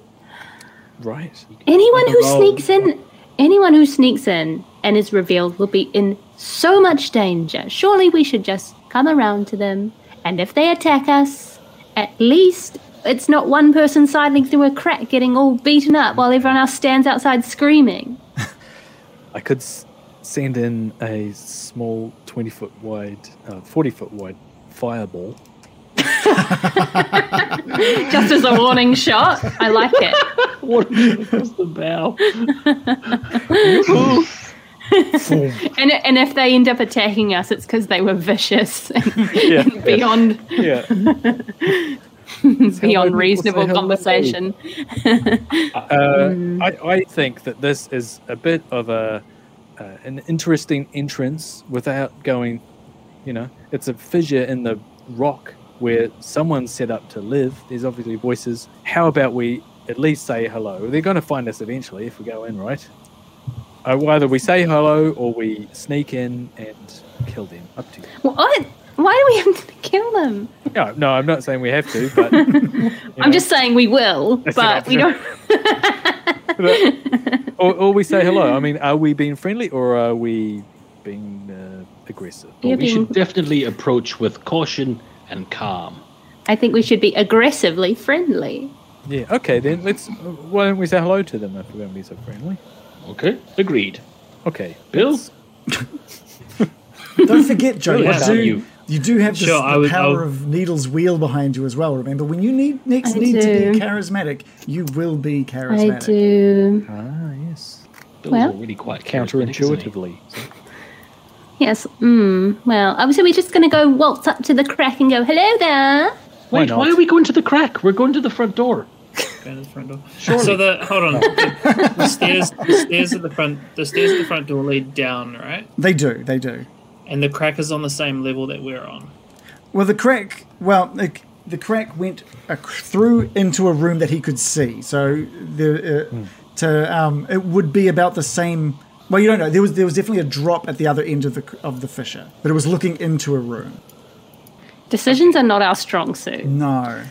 C: Right.
G: Anyone
F: Like a
G: who
F: roll.
G: sneaks in, anyone who sneaks in and is revealed will be in so much danger. Surely we should just come around to them, and if they attack us, at least it's not one person sidling through a crack getting all beaten up while everyone else stands outside screaming.
C: I could s- send in a small 20 foot wide, uh, 40 foot wide fireball.
G: Just as a warning shot. I like it.
D: What's the bell?
G: And and if they end up attacking us, it's because they were vicious and
C: Yeah.
G: beyond
C: Yeah.
G: beyond
C: people
G: reasonable
C: say hello.
G: conversation.
C: Uh, I, I think that this is a bit of a uh, an interesting entrance without going, you know, it's a fissure in the rock where someone's set up to live. There's obviously voices. How about we at least say hello? They're going to find us eventually if we go in, right? Uh, either we say hello or we sneak in and kill them. Up to you.
G: What? Why do we have to kill them?
C: No, no, I'm not saying we have to, but you
G: I'm
C: know.
G: just saying we will,
C: That's
G: but
C: an
G: we don't.
C: or, or we say hello. I mean, are we being friendly or are we being uh, aggressive?
G: You're
D: we
G: being-
C: Mm.
D: should definitely approach with caution and calm.
G: I think we should be aggressively friendly.
C: Yeah. Okay, then let's. Why don't we say hello to them if we're going to be so friendly?
D: Okay, agreed.
C: Okay.
D: Bill,
B: Don't forget, Joe.
D: Really,
B: you,
D: how
B: do,
D: about you?
B: you do have this,
F: Sure,
B: the
F: I would- I
B: power
F: would-
B: of Needle's wheel behind you as well. Remember, when you need next
G: I
B: need to be
G: do.
B: charismatic, you will be
G: I
B: charismatic.
G: do.
C: Ah, yes.
D: Bill's
G: Well-
D: a really quite
C: Counterintuitively.
G: Yes. Mm, well, I was. Are we just going to go waltz up to the crack and go, "Hello there"?
C: Why
D: Wait,
C: not?
D: why are we going to the crack? We're going to the front door.
F: Go to the front door. So the hold on. the, the stairs, the stairs at the front, the stairs at the front door lead down, right?
B: They do. They do.
F: And the crack is on the same level that we're on.
B: Well, the crack. Well, the, the crack went ac- through into a room that he could see. So the uh, to um, it would be about the same. Well, you don't know. There was there was definitely a drop at the other end of the c- of the fissure, but it was looking into a room.
G: Decisions are not our strong suit.
B: No,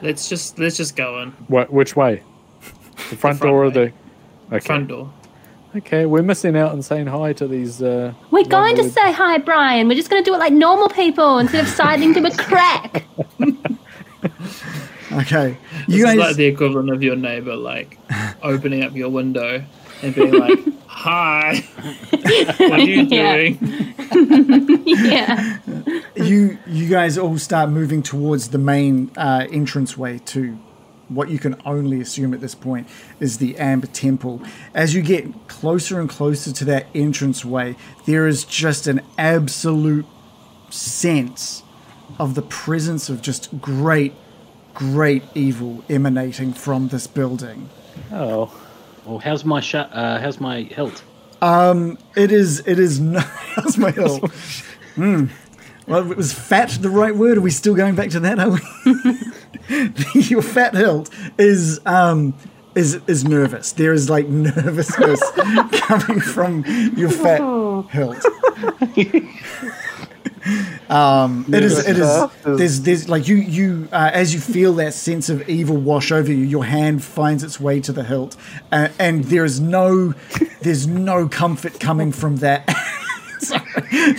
F: Let's just let's just go in
C: What, which way? The front,
F: front
C: door or
F: way.
C: the? Okay.
F: front door.
C: Okay, we're missing out on saying hi to these. Uh,
G: We're going to
C: lovely-
G: say hi, Brian. We're just going to do it like normal people instead of sidling through a crack.
B: okay.
F: This
B: You
F: is
B: guys,
F: like the equivalent of your neighbor like opening up your window and being like, "Hi, what are you
G: Yeah.
F: doing?"
G: yeah.
B: you you guys all start moving towards the main uh, entranceway to what you can only assume at this point is the Amber Temple. As you get closer and closer to that entranceway, there is just an absolute sense of the presence of just great, great evil emanating from this building.
C: oh,
D: Oh, how's my sh- uh, how's my health?
B: It is. It is. No, that's my hill. Hmm. Well, it was fat the right word? Are we still going back to that? Are we? Your fat hilt is um is is nervous. There is like nervousness coming from your fat hilt. um, it is. It is. There's. There's like you. You uh, as you feel that sense of evil wash over you, your hand finds its way to the hilt, uh, and there is no. There's no comfort coming from that. Sorry.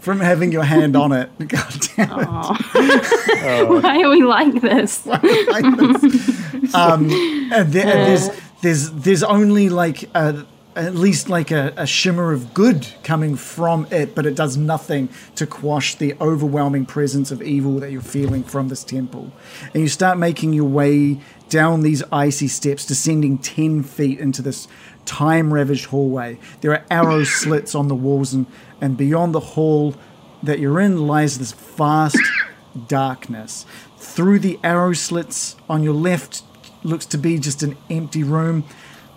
B: from having your hand on it. God damn it.
G: Why are we like this?
B: Like this. um, and there- and there's there's there's only like a, at least like a, a shimmer of good coming from it, but it does nothing to quash the overwhelming presence of evil that you're feeling from this temple. And you start making your way down these icy steps, descending ten feet into this time ravaged hallway. There are arrow slits on the walls, and, and beyond the hall that you're in lies this vast darkness. Through the arrow slits on your left looks to be just an empty room,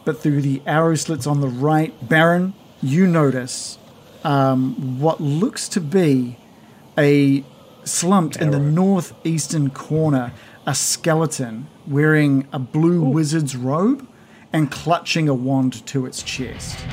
B: but through the arrow slits on the right, Baron, you notice um, what looks to be a slumped in the northeastern corner, a skeleton wearing a blue wizard's robe and clutching a wand to its chest.